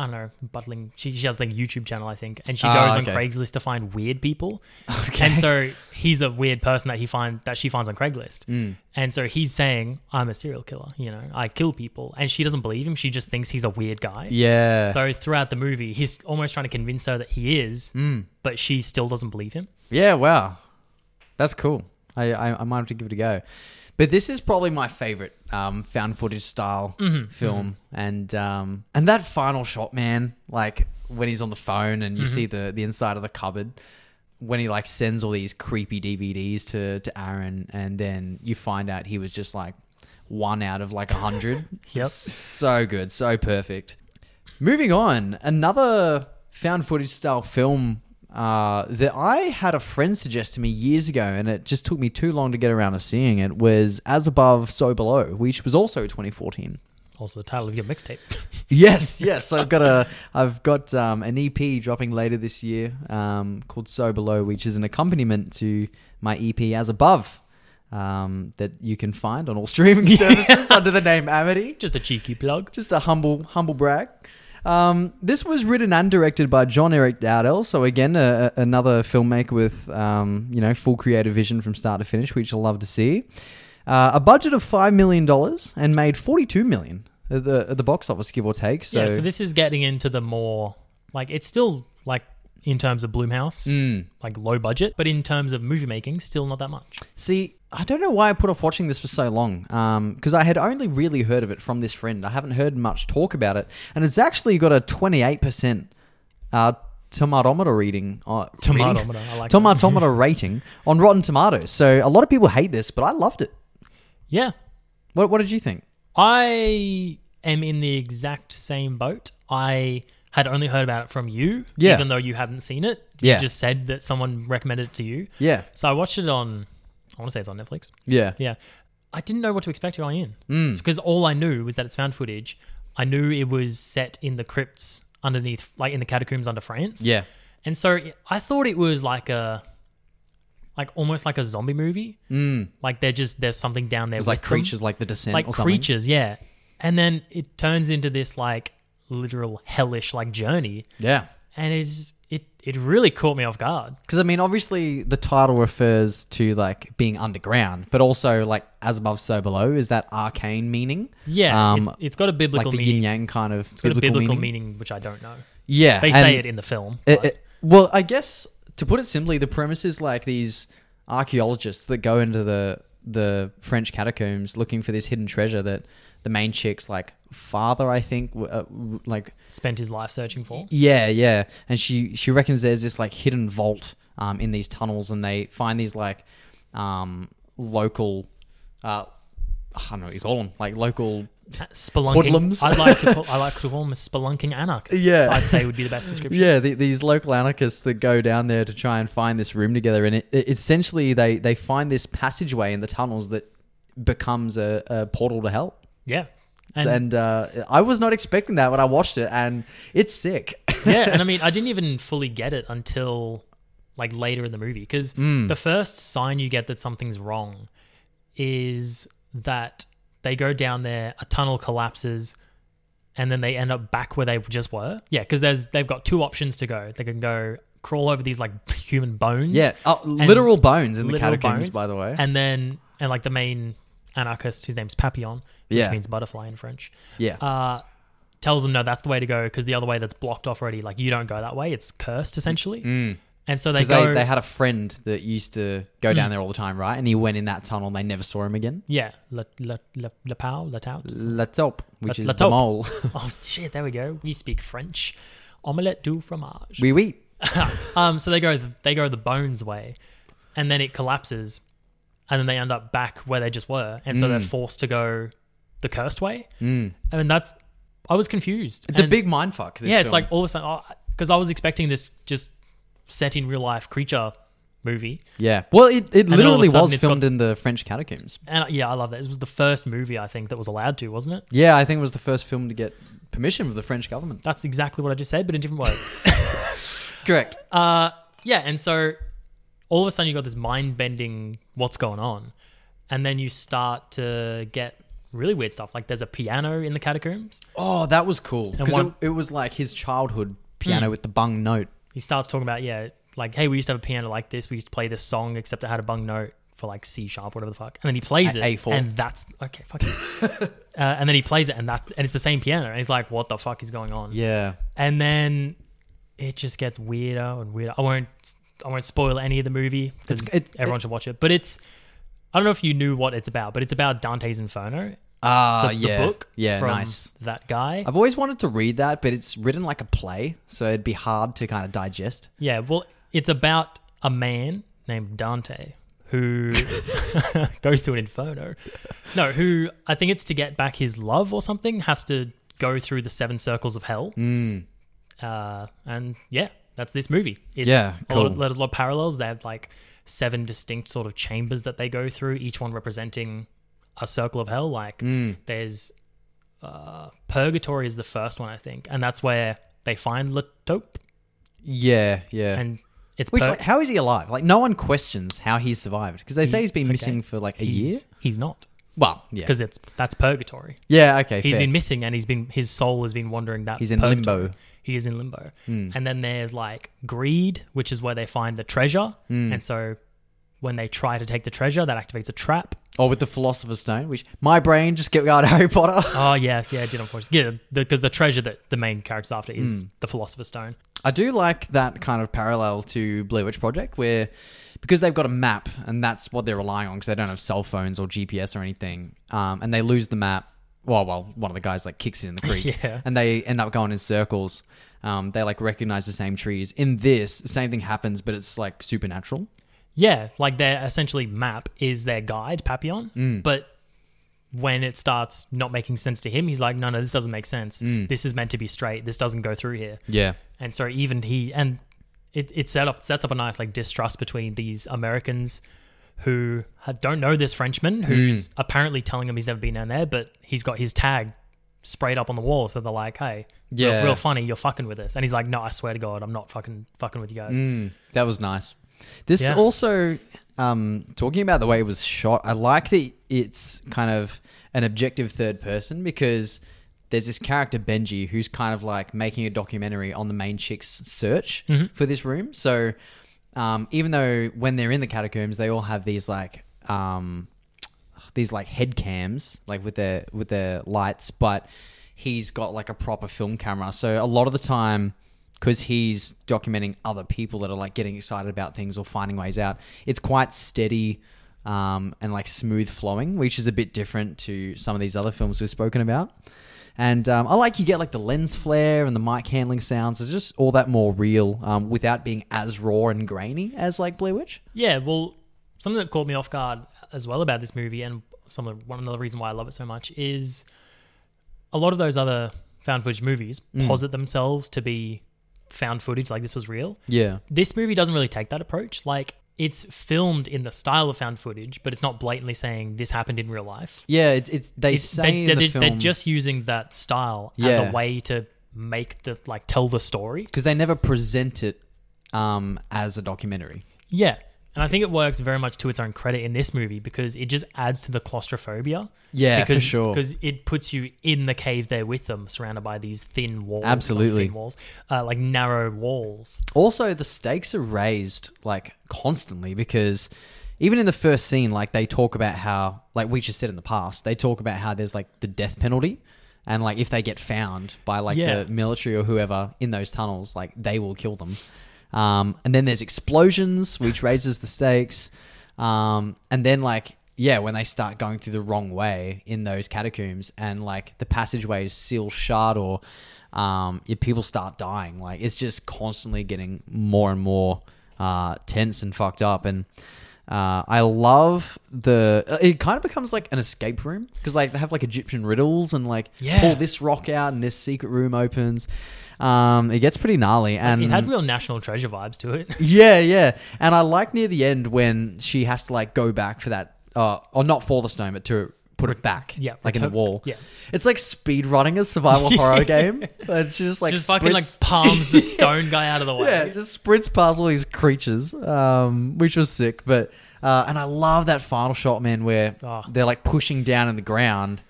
S2: I don't know, buttling. She, she has like a YouTube channel, I think, and she
S1: Ah,
S2: goes
S1: okay.
S2: on Craigslist to find weird people. And so he's a weird person that he find that she finds on Craigslist.
S1: Mm.
S2: And so he's saying, "I'm a serial killer. You know, I kill people," and she doesn't believe him. She just thinks he's a weird guy.
S1: Yeah.
S2: So throughout the movie, he's almost trying to convince her that he is,
S1: Mm.
S2: but she still doesn't believe him.
S1: yeah. Wow. That's cool. I, I I might have to give it a go. But this is probably my favorite um, found footage style film, and um, and that final shot, man, like when he's on the phone and you see the the inside of the cupboard, when he like sends all these creepy DVDs to to Aaron, and then you find out he was just like one out of like a hundred.
S2: Yep.
S1: So good, so perfect. Moving on, another found footage style film uh, that I had a friend suggest to me years ago, and it just took me too long to get around to seeing it, was As Above, So Below, which was also 2014.
S2: Also, the title of your mixtape.
S1: Yes, yes, I've got a, I've got um, an EP dropping later this year um, called So Below, which is an accompaniment to my EP As Above. Um, that you can find on all streaming services under the name Amity.
S2: Just a cheeky plug.
S1: Just a humble, humble brag. Um, this was written and directed by John Eric Dowdell, so again, a, a- another filmmaker with um, you know full creative vision from start to finish, which I love to see. Uh, a budget of five million dollars and made forty-two million at the at the box office, give or take. So,
S2: yeah, so this is getting into the more like it's still like in terms of Bloomhouse,
S1: Mm. Hmm.
S2: like low budget, but in terms of movie making, still not that much.
S1: see, I don't know why I put off watching this for so long, because I had only really heard of it from this friend. I haven't heard much talk about it, and it's actually got a twenty-eight percent uh, tomatometer reading. Uh, reading?
S2: Tomatometer, I like. that.
S1: tomatometer rating on Rotten Tomatoes. So a lot of people hate this, but I loved it.
S2: Yeah,
S1: What, what did you think?
S2: I am in the exact same boat. I had only heard about it from you,
S1: Yeah.
S2: even though you hadn't seen it.
S1: Yeah.
S2: you just said that someone recommended it to you.
S1: Yeah,
S2: So I watched it on, I want to say it's on Netflix.
S1: yeah,
S2: Yeah. I didn't know what to expect going in.
S1: Mm.
S2: Because all I knew was that it's found footage. I knew it was set in the crypts underneath, like in the catacombs under France.
S1: yeah,
S2: And so it- I thought it was like a, like almost like a zombie movie. Mm. Like they're just, there's something down there.
S1: It's
S2: with
S1: like
S2: them.
S1: creatures, like the descent,
S2: Like
S1: or something.
S2: creatures, yeah. And then it turns into this like literal hellish like journey.
S1: Yeah,
S2: And it's, it, it really caught me off guard.
S1: because I mean, obviously the title refers to like being underground, but also like as above, so below is that arcane meaning.
S2: Yeah.
S1: Um,
S2: it's, it's got a
S1: like
S2: biblical
S1: the yin
S2: meaning.
S1: yang kind of
S2: It's got a
S1: biblical,
S2: biblical
S1: meaning.
S2: meaning. which I don't know.
S1: Yeah,
S2: They
S1: and
S2: say it in the film.
S1: it-
S2: but-
S1: it- well, I guess to put it simply, the premise is like these archaeologists that go into the the French catacombs looking for this hidden treasure that the main chick's like father, I think, w- uh, w- like
S2: Spent his life searching for.
S1: yeah, yeah. And she she reckons there's this like hidden vault um, in these tunnels, and they find these like um, local. Uh, I don't know what you call them, like local.
S2: Uh, Spelunking.
S1: Hoodlums.
S2: I like to call, I like to call them a spelunking anarchists.
S1: Yeah.
S2: I'd say would be the best description.
S1: Yeah, the, these local anarchists that go down there to try and find this room together, and it, it, essentially they they find this passageway in the tunnels that becomes a, a portal to hell.
S2: Yeah.
S1: And,
S2: And,
S1: uh, I was not expecting that when I watched it, and it's sick.
S2: yeah, and I mean, I didn't even fully get it until like later in the movie because
S1: Mm.
S2: the first sign you get that something's wrong is that they go down there, a tunnel collapses, and then they end up back where they just were. Yeah, because there's they've got two options to go. They can go crawl over these like human bones.
S1: yeah, oh,
S2: and
S1: literal bones in the
S2: literal
S1: catacombs,
S2: bones,
S1: by the way.
S2: and then and like the main anarchist, whose name's Papillon, which
S1: Yeah.
S2: means butterfly in French
S1: yeah,
S2: uh, tells them no, that's the way to go because the other way that's blocked off already. Like you don't go that way; it's cursed essentially. And so they
S1: Because
S2: go.
S1: Mm.
S2: Hmm.
S1: they, they had a friend that used to go down there all the time, right? And he went in that tunnel and they never saw him again.
S2: yeah, le le le le pau le tau.
S1: Let's hope, which
S2: Let-
S1: is
S2: let's
S1: the
S2: hope.
S1: mole.
S2: oh shit! There we go. We speak French. Omelette du fromage.
S1: we wee.
S2: um, so they go they go the bones way, and then it collapses, and then they end up back where they just were, and so they're
S1: Mm.
S2: forced to go the cursed way. Mm. And that's I was confused.
S1: Hmm. It's a
S2: And-
S1: big mindfuck. This
S2: yeah, it's
S1: film.
S2: like all of a sudden, because I was expecting this just set in real life creature movie,
S1: yeah. Well, it, it
S2: then all of a
S1: literally
S2: sudden
S1: was
S2: it's got-
S1: filmed in the French catacombs.
S2: and uh, yeah, I love that. It was the first movie I think that was allowed to, wasn't it?
S1: Yeah, I think it was the first film to get permission from the French government.
S2: That's exactly what I just said, but in different words.
S1: Correct.
S2: uh, yeah, and so all of a sudden you got this mind bending, what's going on, and then you start to get really weird stuff. Like there's a piano in the catacombs.
S1: Oh, that was cool because
S2: one- Hmm.
S1: it, it was like his childhood piano with the bung note.
S2: He starts talking about yeah, like hey, we used to have a piano like this. We used to play this song, except it had a bung note for like C sharp, whatever the fuck. And then he plays
S1: A-
S2: it,
S1: A4.
S2: and that's okay. Fuck it. uh, and then he plays it, and that's and it's the same piano. And he's like, what the fuck is going on?
S1: Yeah.
S2: And then it just gets weirder and weirder. I won't I won't spoil any of the movie because
S1: It's- it's-
S2: everyone should watch it. But it's I don't know if you knew what it's about, but it's about Dante's Inferno,
S1: Ah,
S2: the
S1: yeah.
S2: book
S1: yeah,
S2: from
S1: nice.
S2: that guy.
S1: I've always wanted to read that, but it's written like a play, so it'd be hard to kind of digest.
S2: Yeah, well, it's about a man named Dante who goes to an inferno. No, who I think it's to get back his love or something has to go through the seven circles of hell.
S1: Hmm.
S2: Uh, and yeah, that's this movie. It's
S1: Yeah,
S2: a, lot,
S1: cool.
S2: lot- lot of parallels. They have like seven distinct sort of chambers that they go through, each one representing a circle of hell. Like
S1: Hmm.
S2: there's uh, purgatory is the first one, I think, and that's where they find Latope
S1: Yeah, yeah.
S2: and. It's
S1: Which,
S2: pur-
S1: like, how is he alive? Like, no one questions how he's survived because they say he's been missing for like a
S2: he's,
S1: year.
S2: He's not
S1: Well, yeah,
S2: because it's that's purgatory.
S1: yeah, okay,
S2: He's
S1: fair.
S2: been missing, and he's been his soul has been wandering that.
S1: He's in
S2: purgatory.
S1: limbo. Hmm.
S2: He is in limbo. And then there's like greed, which is where they find the treasure.
S1: Hmm.
S2: And so when they try to take the treasure, that activates a trap.
S1: or Oh, with the philosopher's stone, which my brain just kept going Harry Potter.
S2: Oh yeah, yeah, I did unfortunately. Yeah, because the, treasure that the main character's after is
S1: Hmm.
S2: the philosopher's stone.
S1: I do like that kind of parallel to Blair Witch Project, where because they've got a map and that's what they're relying on because they don't have cell phones or GPS or anything, um, and they lose the map. Well, well, one of the guys like kicks it in the creek,
S2: Yeah.
S1: and they end up going in circles. Um, they like recognize the same trees. In this, the same thing happens, but it's like supernatural.
S2: Yeah, like their essentially map is their guide, Papillon.
S1: Hmm.
S2: But when it starts not making sense to him, he's like, no, no, this doesn't make sense.
S1: Hmm.
S2: This is meant to be straight. This doesn't go through here.
S1: Yeah,
S2: and so even he and it, it set up sets up a nice like distrust between these Americans who ha- don't know this Frenchman who's apparently telling him he's never been down there, but he's got his tag sprayed up on the wall, so they're like, "Hey, yeah,
S1: Yeah.
S2: real, funny, you're fucking with us," and he's like, "No, I swear to God, I'm not fucking fucking with you guys."
S1: Mm, that was nice. This
S2: Yeah.
S1: also, um, talking about the way it was shot, I like that it's kind of an objective third person because there's this character, Benji, who's kind of like making a documentary on the main chick's search for this room. So um, even though when they're in the catacombs, they all have these like. Um, these like head cams like with their with their lights but he's got like a proper film camera so a lot of the time because he's documenting other people that are like getting excited about things or finding ways out it's quite steady um, and like smooth flowing, which is a bit different to some of these other films we've spoken about. And um, I like you get like the lens flare and the mic handling sounds. It's just all that more real um, without being as raw and grainy as like Blair Witch.
S2: Yeah, well, something that caught me off guard as well about this movie, and some of the, one another reason why I love it so much is a lot of those other found footage movies posit themselves to be found footage, like this was real.
S1: Yeah.
S2: This movie doesn't really take that approach. Like it's filmed in the style of found footage, but it's not blatantly saying this happened in real life.
S1: Yeah, it's, it's they
S2: It's-
S1: say in the
S2: they, they,
S1: film
S2: are just using that style as
S1: Yeah.
S2: a way to make the like tell the story.
S1: because they never present it um, as a documentary.
S2: Yeah. And I think it works very much to its own credit in this movie because it just adds to the claustrophobia.
S1: Yeah, for
S2: because,
S1: sure.
S2: Because it puts you in the cave there with them, surrounded by these thin walls. not
S1: Absolutely.
S2: thin walls, uh, like narrow walls.
S1: Also, the stakes are raised like constantly because even in the first scene, like they talk about how, like we just said in the past, they talk about how there's like the death penalty, and like if they get found by like
S2: Yeah.
S1: the military or whoever in those tunnels, like they will kill them. Um, and then there's explosions, which raises the stakes. Um, and then like yeah, when they start going through the wrong way in those catacombs, and like the passageways seal shut or um, yeah, people start dying. Like it's just constantly getting more and more uh, tense and fucked up. And uh, I love the. uh, It kind of becomes like an escape room because like they have like Egyptian riddles and like
S2: Yeah.
S1: pull this rock out and this secret room opens. Um, it gets pretty gnarly and
S2: It had real national treasure vibes to it.
S1: yeah, yeah. And I like near the end when she has to like go back for that, uh, or not for the stone, but to put it back,
S2: yeah,
S1: like in the
S2: return-
S1: wall.
S2: yeah.
S1: it's like speed running a survival horror game. It's just like
S2: just fucking like
S1: sprints-
S2: palms the stone guy out of the way.
S1: yeah, it just sprints past all these creatures, um, which was sick. But uh, and I love that final shot, man, where
S2: Ah.
S1: they're like pushing down in the ground,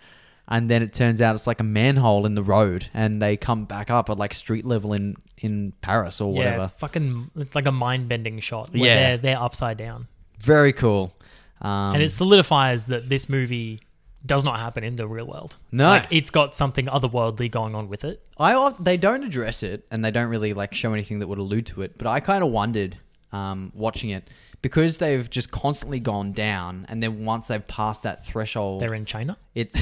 S1: and then it turns out it's like a manhole in the road, and they come back up at like street level in in Paris or
S2: Yeah,
S1: whatever.
S2: it's fucking. It's like a mind bending shot. Where
S1: Yeah.
S2: they're, they're upside down,
S1: Very cool. Um,
S2: and it solidifies that this movie does not happen in the real world.
S1: No.
S2: like it's got something otherworldly going on with it.
S1: I oft- they don't address it and they don't really like show anything that would allude to it. But I kind of wondered um, watching it because they've just constantly gone down, and then once they've passed that threshold,
S2: They're in China.
S1: it's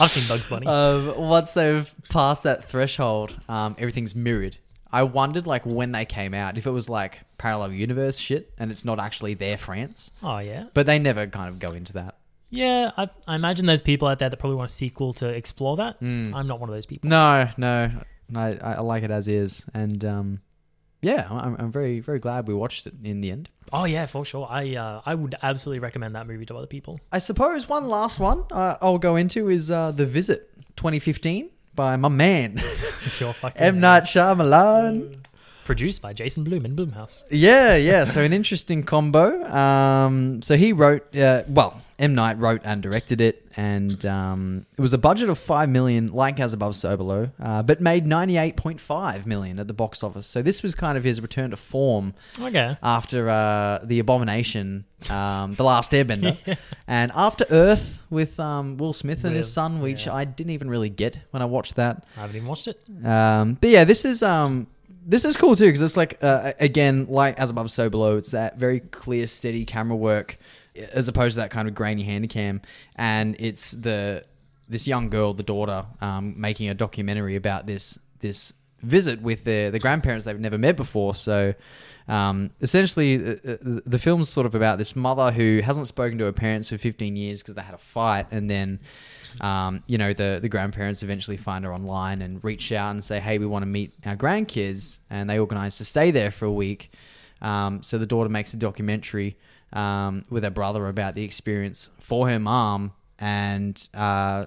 S2: I've seen Bugs Bunny.
S1: um, once they've passed that threshold, um, everything's mirrored. I wondered like when they came out if it was like parallel universe shit and it's not actually their France,
S2: oh yeah,
S1: but they never kind of go into that.
S2: yeah. I, I imagine there's people out there that probably want a sequel to explore that.
S1: Hmm.
S2: I'm not one of those people.
S1: No, no, no I, I like it as is, and um, yeah, I'm, I'm very very glad we watched it in the end.
S2: Oh yeah, for sure. I uh, I would absolutely recommend that movie to other people.
S1: I suppose one last one uh, I'll go into is uh, The Visit 2015 by my man,
S2: Sure, fucking
S1: M. Night Shyamalan.
S2: Produced by Jason Blum in Blumhouse.
S1: Yeah, yeah. So an interesting combo. Um, so he wrote, uh, well, M. Night wrote and directed it, and um, it was a budget of five million, like as above, so below, uh, but made ninety-eight point five million at the box office. So this was kind of his return to form
S2: Okay.
S1: after uh, the abomination, um, the last Airbender, and after Earth with um, Will Smith and his
S2: Will,
S1: son, which
S2: yeah.
S1: I didn't even really get when I watched that.
S2: I haven't even watched it.
S1: Um, but yeah, this is um, this is cool too because it's like uh, again, like as above, so below. It's that very clear, steady camera work, as opposed to that kind of grainy handicam, and it's the this young girl, the daughter, um, making a documentary about this this visit with their the grandparents they've never met before. So. Um, essentially, uh, uh, the film's sort of about this mother who hasn't spoken to her parents for 15 years because they had a fight, and then um, you know, the, the grandparents eventually find her online and reach out and say, hey, we want to meet our grandkids. And they organize to stay there for a week. Um, so the daughter makes a documentary um, with her brother about the experience for her mom. And, uh,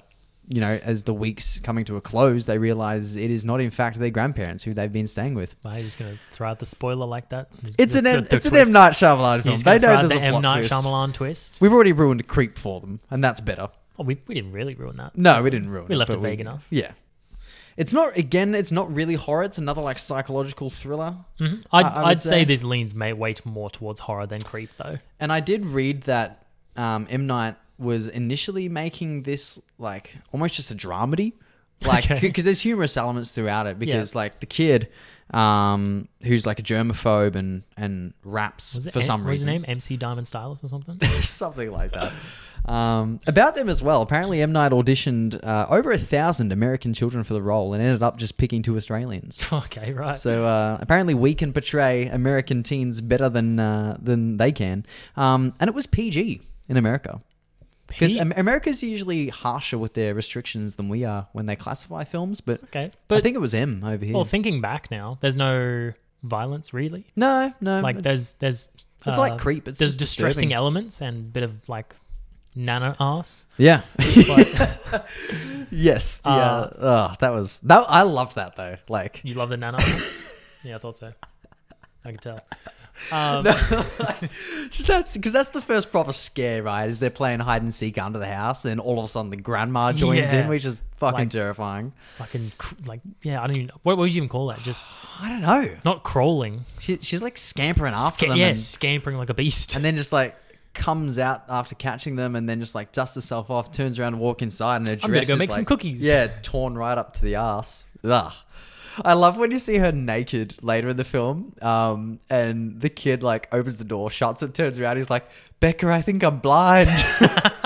S1: you know, as the week's coming to a close, they realize it is not, in fact, their grandparents who they've been staying with.
S2: Wow, you're just gonna throw out the spoiler like that.
S1: It's
S2: The-
S1: an
S2: the-
S1: M,
S2: the
S1: it's an
S2: twist.
S1: M Night Shyamalan
S2: You're
S1: film.
S2: just
S1: They
S2: gonna throw
S1: know
S2: out
S1: there's a
S2: the M
S1: plot
S2: Night
S1: twist.
S2: Shyamalan twist.
S1: We've already ruined Creep for them, and that's better.
S2: Oh, we, we didn't really ruin that.
S1: No, we didn't ruin it.
S2: We left
S1: but
S2: it vague enough.
S1: Yeah. It's not again. It's not really horror. It's another like psychological thriller.
S2: Mhm. I'd,
S1: Mm-hmm. I- I would
S2: I'd say,
S1: say-
S2: this leans may way t- more towards horror than creep, though.
S1: And I did read that um, M Night was initially making this like almost just a dramedy, like
S2: Okay.
S1: because there's humorous elements throughout it. Because like the kid, um, who's like a germaphobe and and raps
S2: Was it
S1: for
S2: M-
S1: some
S2: what was
S1: reason,
S2: his name MC Diamond Stylus or something?
S1: something like that. Um, about them as well. Apparently, M Night auditioned uh, over a thousand American children for the role and ended up just picking two Australians.
S2: okay, right.
S1: So uh, apparently, we can portray American teens better than uh, than they can, um, and it was PG in America because
S2: Pete-
S1: America's usually harsher with their restrictions than we are when they classify films. But
S2: okay,
S1: I
S2: but
S1: think it was M over here.
S2: well, thinking back now, there's no violence really.
S1: no, no,
S2: Like
S1: it's-
S2: there's there's uh,
S1: it's like creep, it's
S2: there's
S1: just
S2: distressing
S1: disturbing.
S2: elements and bit of like nano ass.
S1: yeah,
S2: But
S1: yes, yeah.
S2: Uh,
S1: oh, that was that. I loved that though. Like
S2: you love the nano ass. yeah, I thought so. I could tell. Um,
S1: Just that's because that's the first proper scare, right? Is they're playing hide and seek under the house, and all of a sudden the grandma joins
S2: Yeah.
S1: in, which is fucking
S2: Like-
S1: terrifying.
S2: Fucking cr- like yeah, I don't even. What, what would you even call that? Just
S1: I don't know.
S2: not crawling.
S1: She, she's like scampering after
S2: Sca-
S1: them,
S2: yeah,
S1: and,
S2: scampering like a beast.
S1: and then just like comes out after catching them, and then just like dusts herself off, turns around, and walk inside, and her dress
S2: gonna go
S1: is,
S2: make some
S1: like,
S2: cookies.
S1: Yeah, torn right up to the ass. Ugh. I love when you see her naked later in the film, um, and the kid like opens the door, shuts it, turns around, he's like, "Becca, I think I'm blind."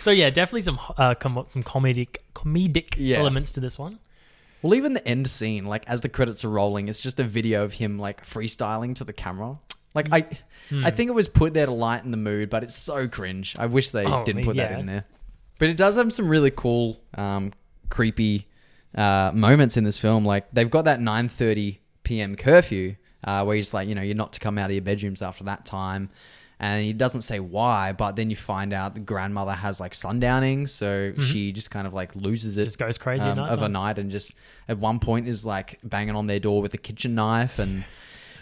S2: so yeah, definitely some uh, com- some comedic comedic
S1: Yeah.
S2: elements to this one.
S1: Well, even the end scene, like as the credits are rolling, it's just a video of him like freestyling to the camera. Like I,
S2: Hmm.
S1: I think it was put there to lighten the mood, but it's so cringe. I wish they
S2: Oh,
S1: didn't put that
S2: yeah.
S1: in there. But it does have some really cool, um, creepy uh, moments in this film. Like they've got that 9:30 p.m. curfew uh, where he's like, you know, you're not to come out of your bedrooms after that time. And he doesn't say why, but then you find out the grandmother has like sundowning, so
S2: Mm-hmm.
S1: she just kind of like loses it um,
S2: Just goes crazy at night
S1: of a
S2: time.
S1: night and just at one point is like banging on their door with a kitchen knife and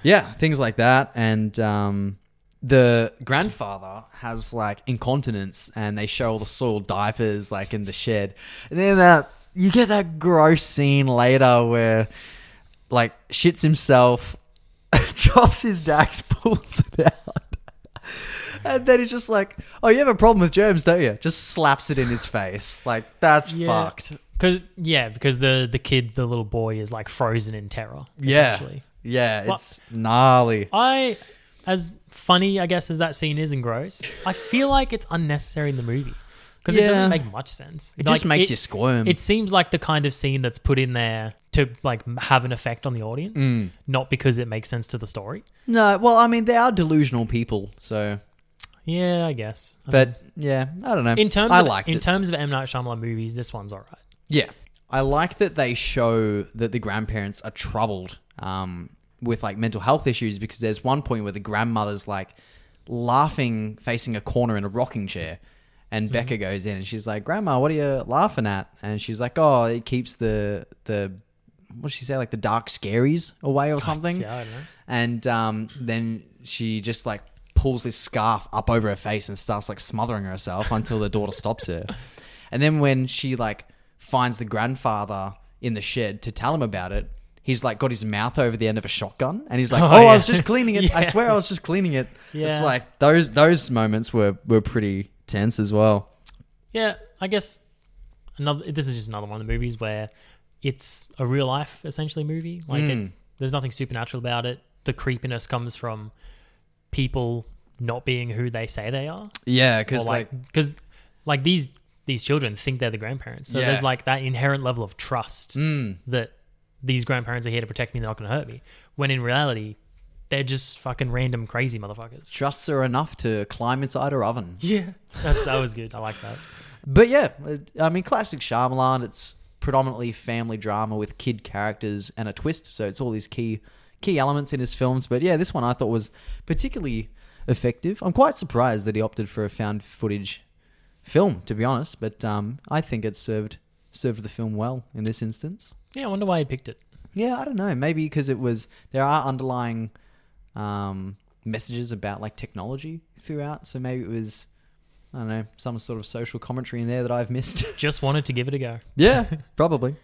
S1: yeah things like that and um, the grandfather has like incontinence and they show all the soiled diapers like in the shed and then that you get that gross scene later where like shits himself chops his dax pulls it out and then he's just like, "Oh, you have a problem with germs, don't you?" Just slaps it in his face. Like that's fucked.
S2: Because yeah, because the the kid, the little boy, is like frozen in terror.
S1: Yeah.
S2: Essentially.
S1: Yeah, it's gnarly.
S2: I as funny I guess as that scene is and gross, I feel like it's unnecessary in the movie because it
S1: Yeah.
S2: doesn't make much sense.
S1: It
S2: Like,
S1: just makes
S2: it-
S1: you squirm.
S2: It seems like the kind of scene that's put in there to like m- have an effect on the audience,
S1: Mm.
S2: not because it makes sense to the story.
S1: no, well, I mean, they are delusional people, so.
S2: Yeah, I guess. I mean,
S1: But yeah, I don't know.
S2: in terms
S1: I
S2: of
S1: liked
S2: in
S1: it.
S2: terms of M Night Shyamalan movies, this one's all right.
S1: yeah, I like that they show that the grandparents are troubled um, with like mental health issues because there's one point where the grandmother's like laughing, facing a corner in a rocking chair.
S2: Mm-hmm.
S1: And Becca goes in and she's like, "Grandma, what are you laughing at?" And she's like, "Oh, it keeps the the what did she say, like the dark scaries away or something."
S2: Yeah, I don't know.
S1: and um, then she just like pulls this scarf up over her face and starts like smothering herself until the daughter stops her and then when she like finds the grandfather in the shed to tell him about it he's like got his mouth over the end of a shotgun and he's like oh,
S2: Oh,
S1: i
S2: yeah.
S1: was just cleaning it i
S2: Yeah.
S1: swear i was just cleaning it it's
S2: Yeah.
S1: like those those moments were were pretty tense as well
S2: Yeah, I guess another. This is just another one of the movies where it's a real life essentially movie. Like
S1: Mm.
S2: it's, there's nothing supernatural about it. The creepiness comes from people not being who they say they are,
S1: yeah
S2: or
S1: because like,
S2: like because like, these these children think they're the grandparents. So
S1: Yeah.
S2: there's like that inherent level of trust
S1: mm,
S2: that these grandparents are here to protect me. They're not going to hurt me. When in reality, they're just fucking random crazy motherfuckers.
S1: trusts are enough to climb inside her oven
S2: Yeah, That's, that was good. I like that.
S1: But yeah, it- I mean, classic Shyamalan. It's predominantly family drama with kid characters and a twist. So it's all these key key elements in his films. But yeah, this one I thought was particularly effective. I'm quite surprised that he opted for a found footage film, to be honest. But um, I think it served served the film well in this instance.
S2: Yeah, I wonder why he picked it.
S1: Yeah, I don't know. Maybe because it was there are underlying um, messages about like technology throughout. So maybe it was. I don't know, some sort of social commentary in there that I've missed.
S2: Just wanted to give it a go.
S1: Yeah, probably.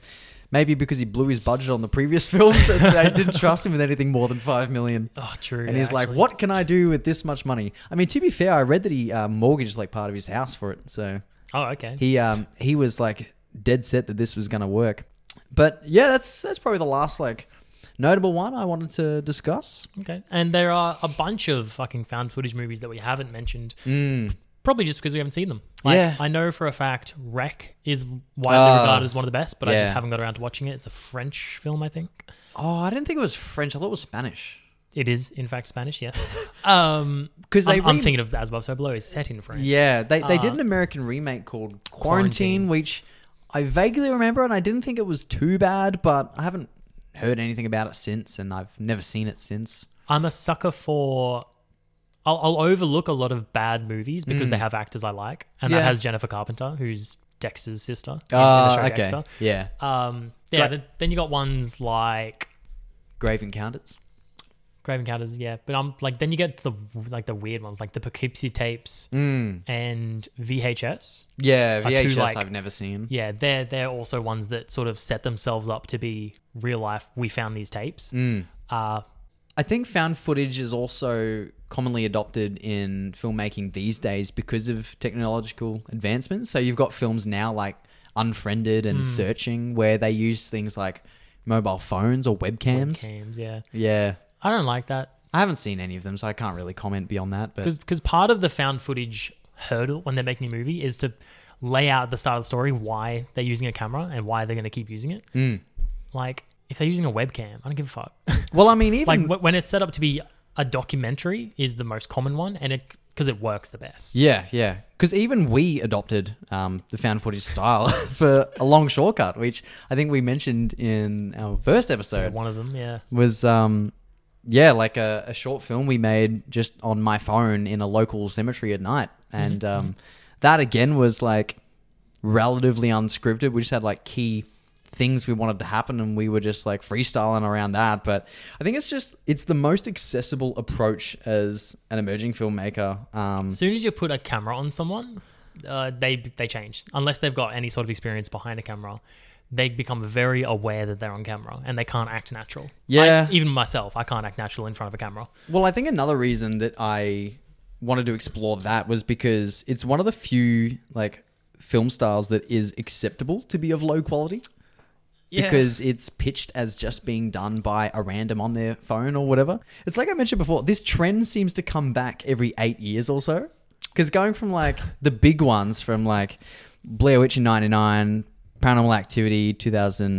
S1: Maybe because he blew his budget on the previous films, and they didn't trust him with anything more than five million.
S2: Oh, true.
S1: And he's like,
S2: actually.
S1: "What can I do with this much money?" I mean, to be fair, I read that he uh, mortgaged like part of his house for it, so
S2: Oh, okay.
S1: he um, he was like dead set that this was going to work. But yeah, that's that's probably the last like notable one I wanted to discuss.
S2: Okay. And there are a bunch of fucking found footage movies that we haven't mentioned,
S1: Mm.
S2: probably just because we haven't seen them. Like,
S1: Yeah.
S2: I know for a fact Wreck is widely
S1: Oh.
S2: regarded as one of the best, but I just
S1: Yeah.
S2: haven't got around to watching it. It's a French film, I think.
S1: Oh, I didn't think it was French. I thought it was Spanish.
S2: It is, in fact, Spanish, yes. um,
S1: 'Cause they
S2: I'm, I'm
S1: re-
S2: thinking of As Above, So Below is set in France.
S1: Yeah, they, they did
S2: Uh,
S1: an American remake called Quarantine,
S2: Quarantine.
S1: which I vaguely remember, and I didn't think it was too bad, but I haven't heard anything about it since, and I've never seen it since.
S2: I'm a sucker for. I'll, I'll overlook a lot of bad movies because they have actors I like, and that
S1: Mm. Yeah.
S2: has Jennifer Carpenter, who's Dexter's sister in- in,
S1: Ah,
S2: the show
S1: okay.
S2: Dexter.
S1: Yeah,
S2: Um, yeah.
S1: Great.
S2: Then, then you got ones like
S1: Grave Encounters.
S2: Grave Encounters, yeah. But I'm like, then you get the like the weird ones, like the Poughkeepsie tapes
S1: Mm.
S2: and VHS.
S1: Yeah,
S2: Are two,
S1: VHS
S2: like-
S1: I've never seen.
S2: Yeah, they're they're also ones that sort of set themselves up to be real life. We found these tapes.
S1: Mm.
S2: Uh,
S1: I think found footage is also commonly adopted in filmmaking these days because of technological advancements. So you've got films now like Unfriended and Searching where they use things like mobile phones or webcams.
S2: games, yeah.
S1: Yeah.
S2: I don't like that.
S1: I haven't seen any of them, so I can't really comment beyond that. But
S2: because part of the found footage hurdle when they're making a movie is to lay out at the start of the story why they're using a camera and why they're going to keep using it.
S1: Mm.
S2: Like if they're using a webcam, I don't give a fuck.
S1: well, I mean, even
S2: like wh- when it's set up to be a documentary is the most common one, and it because it works the best.
S1: yeah, yeah, because even we adopted um, the found footage style for a long shortcut, which I think we mentioned in our first episode.
S2: One of them, yeah.
S1: was um yeah like a, a short film we made just on my phone in a local cemetery at night and um that again was like relatively unscripted we just had like key things we wanted to happen and we were just like freestyling around that but i think it's just it's the most accessible approach as an emerging filmmaker um
S2: As soon as you put a camera on someone, uh, they they change unless they've got any sort of experience behind a camera. They become very aware that they're on camera and they can't act natural. I-
S1: Yeah.
S2: even myself, I can't act natural in front of a camera.
S1: Well, I think another reason that I wanted to explore that was because it's one of the few like film styles that is acceptable to be of low quality because it's pitched as just being done by a random on their phone or whatever. It's like I mentioned before, this trend seems to come back every 8 years or so. Cuz going from like the big ones from like Blair Witch in 99, Paranormal Activity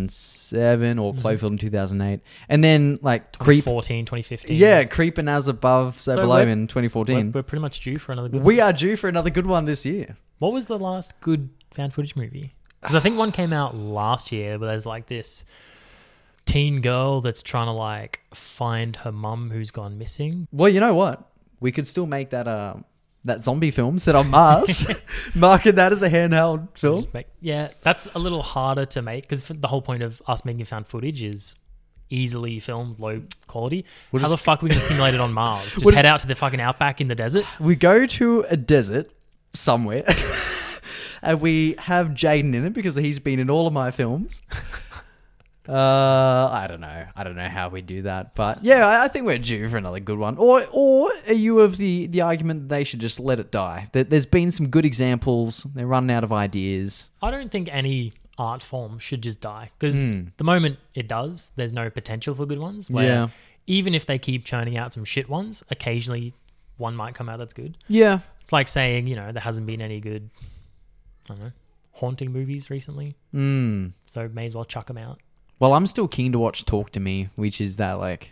S1: 2007 or Cloverfield in 2008 and then like Creep
S2: 2014, 2015.
S1: yeah, creeping as above, so,
S2: So
S1: below
S2: we're-
S1: in
S2: We're,
S1: 2014.
S2: we're pretty much due for another good
S1: we are due for another good one this year.
S2: What was the last good found footage movie? Because I think one came out last year, but there's like this teen girl that's trying to like find her mum who's gone missing.
S1: Well, you know what? We could still make that uh, that zombie film set on Mars, market that as a handheld film.
S2: Just make- yeah, that's a little harder to make because the whole point of us making found footage is easily filmed, low quality.
S1: We'll
S2: How the
S1: just-
S2: fuck are we going to simulate it on Mars? Just
S1: We'll
S2: head out to the fucking outback in the desert?
S1: We go to a desert somewhere, and we have Jaden in it because he's been in all of my films. Uh, I don't know. I don't know how we do that, but yeah, I, I think we're due for another good one. Or, or are you of the the argument that they should just let it die? That there's been some good examples. They're running out of ideas.
S2: I don't think any art form should just die because
S1: Hmm.
S2: the moment it does, there's no potential for good ones. Where
S1: Yeah.
S2: even if they keep churning out some shit ones, occasionally one might come out that's good.
S1: Yeah,
S2: It's like saying, you know, there hasn't been any good, I don't know, haunting movies recently. Mm.
S1: Hmm.
S2: So may as well chuck them out.
S1: Well, I'm still keen to watch Talk to Me, which is that like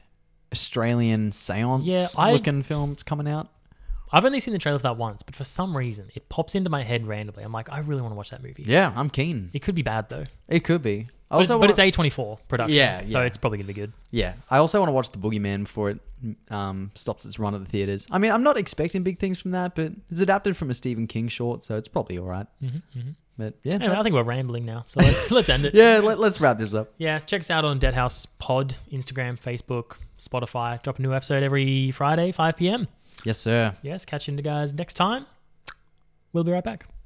S1: Australian seance
S2: Yeah, I-
S1: looking film that's coming out.
S2: I've only seen the trailer for that once, but for some reason it pops into my head randomly. I'm like, I really want to watch that movie.
S1: Yeah, I'm keen.
S2: It could be bad though.
S1: It could be. I
S2: But, it's,
S1: Also,
S2: but it's
S1: wa-
S2: A24 Productions,
S1: Yeah,
S2: so
S1: yeah.
S2: it's probably going to be good.
S1: yeah. I also want to watch The Boogeyman before it um, stops its run at the theaters. I mean, I'm not expecting big things from that, but it's adapted from a Stephen King short, so it's probably all right. But yeah,
S2: Mm-hmm, Anyway, I think we're rambling now, so let's, let's end it.
S1: yeah. Let, let's wrap this up.
S2: Yeah, check us out on Deadhouse Pod, Instagram, Facebook, Spotify. Drop a new episode every Friday, 5 p.m.
S1: Yes, sir.
S2: Yes, catch you guys next time. We'll be right back.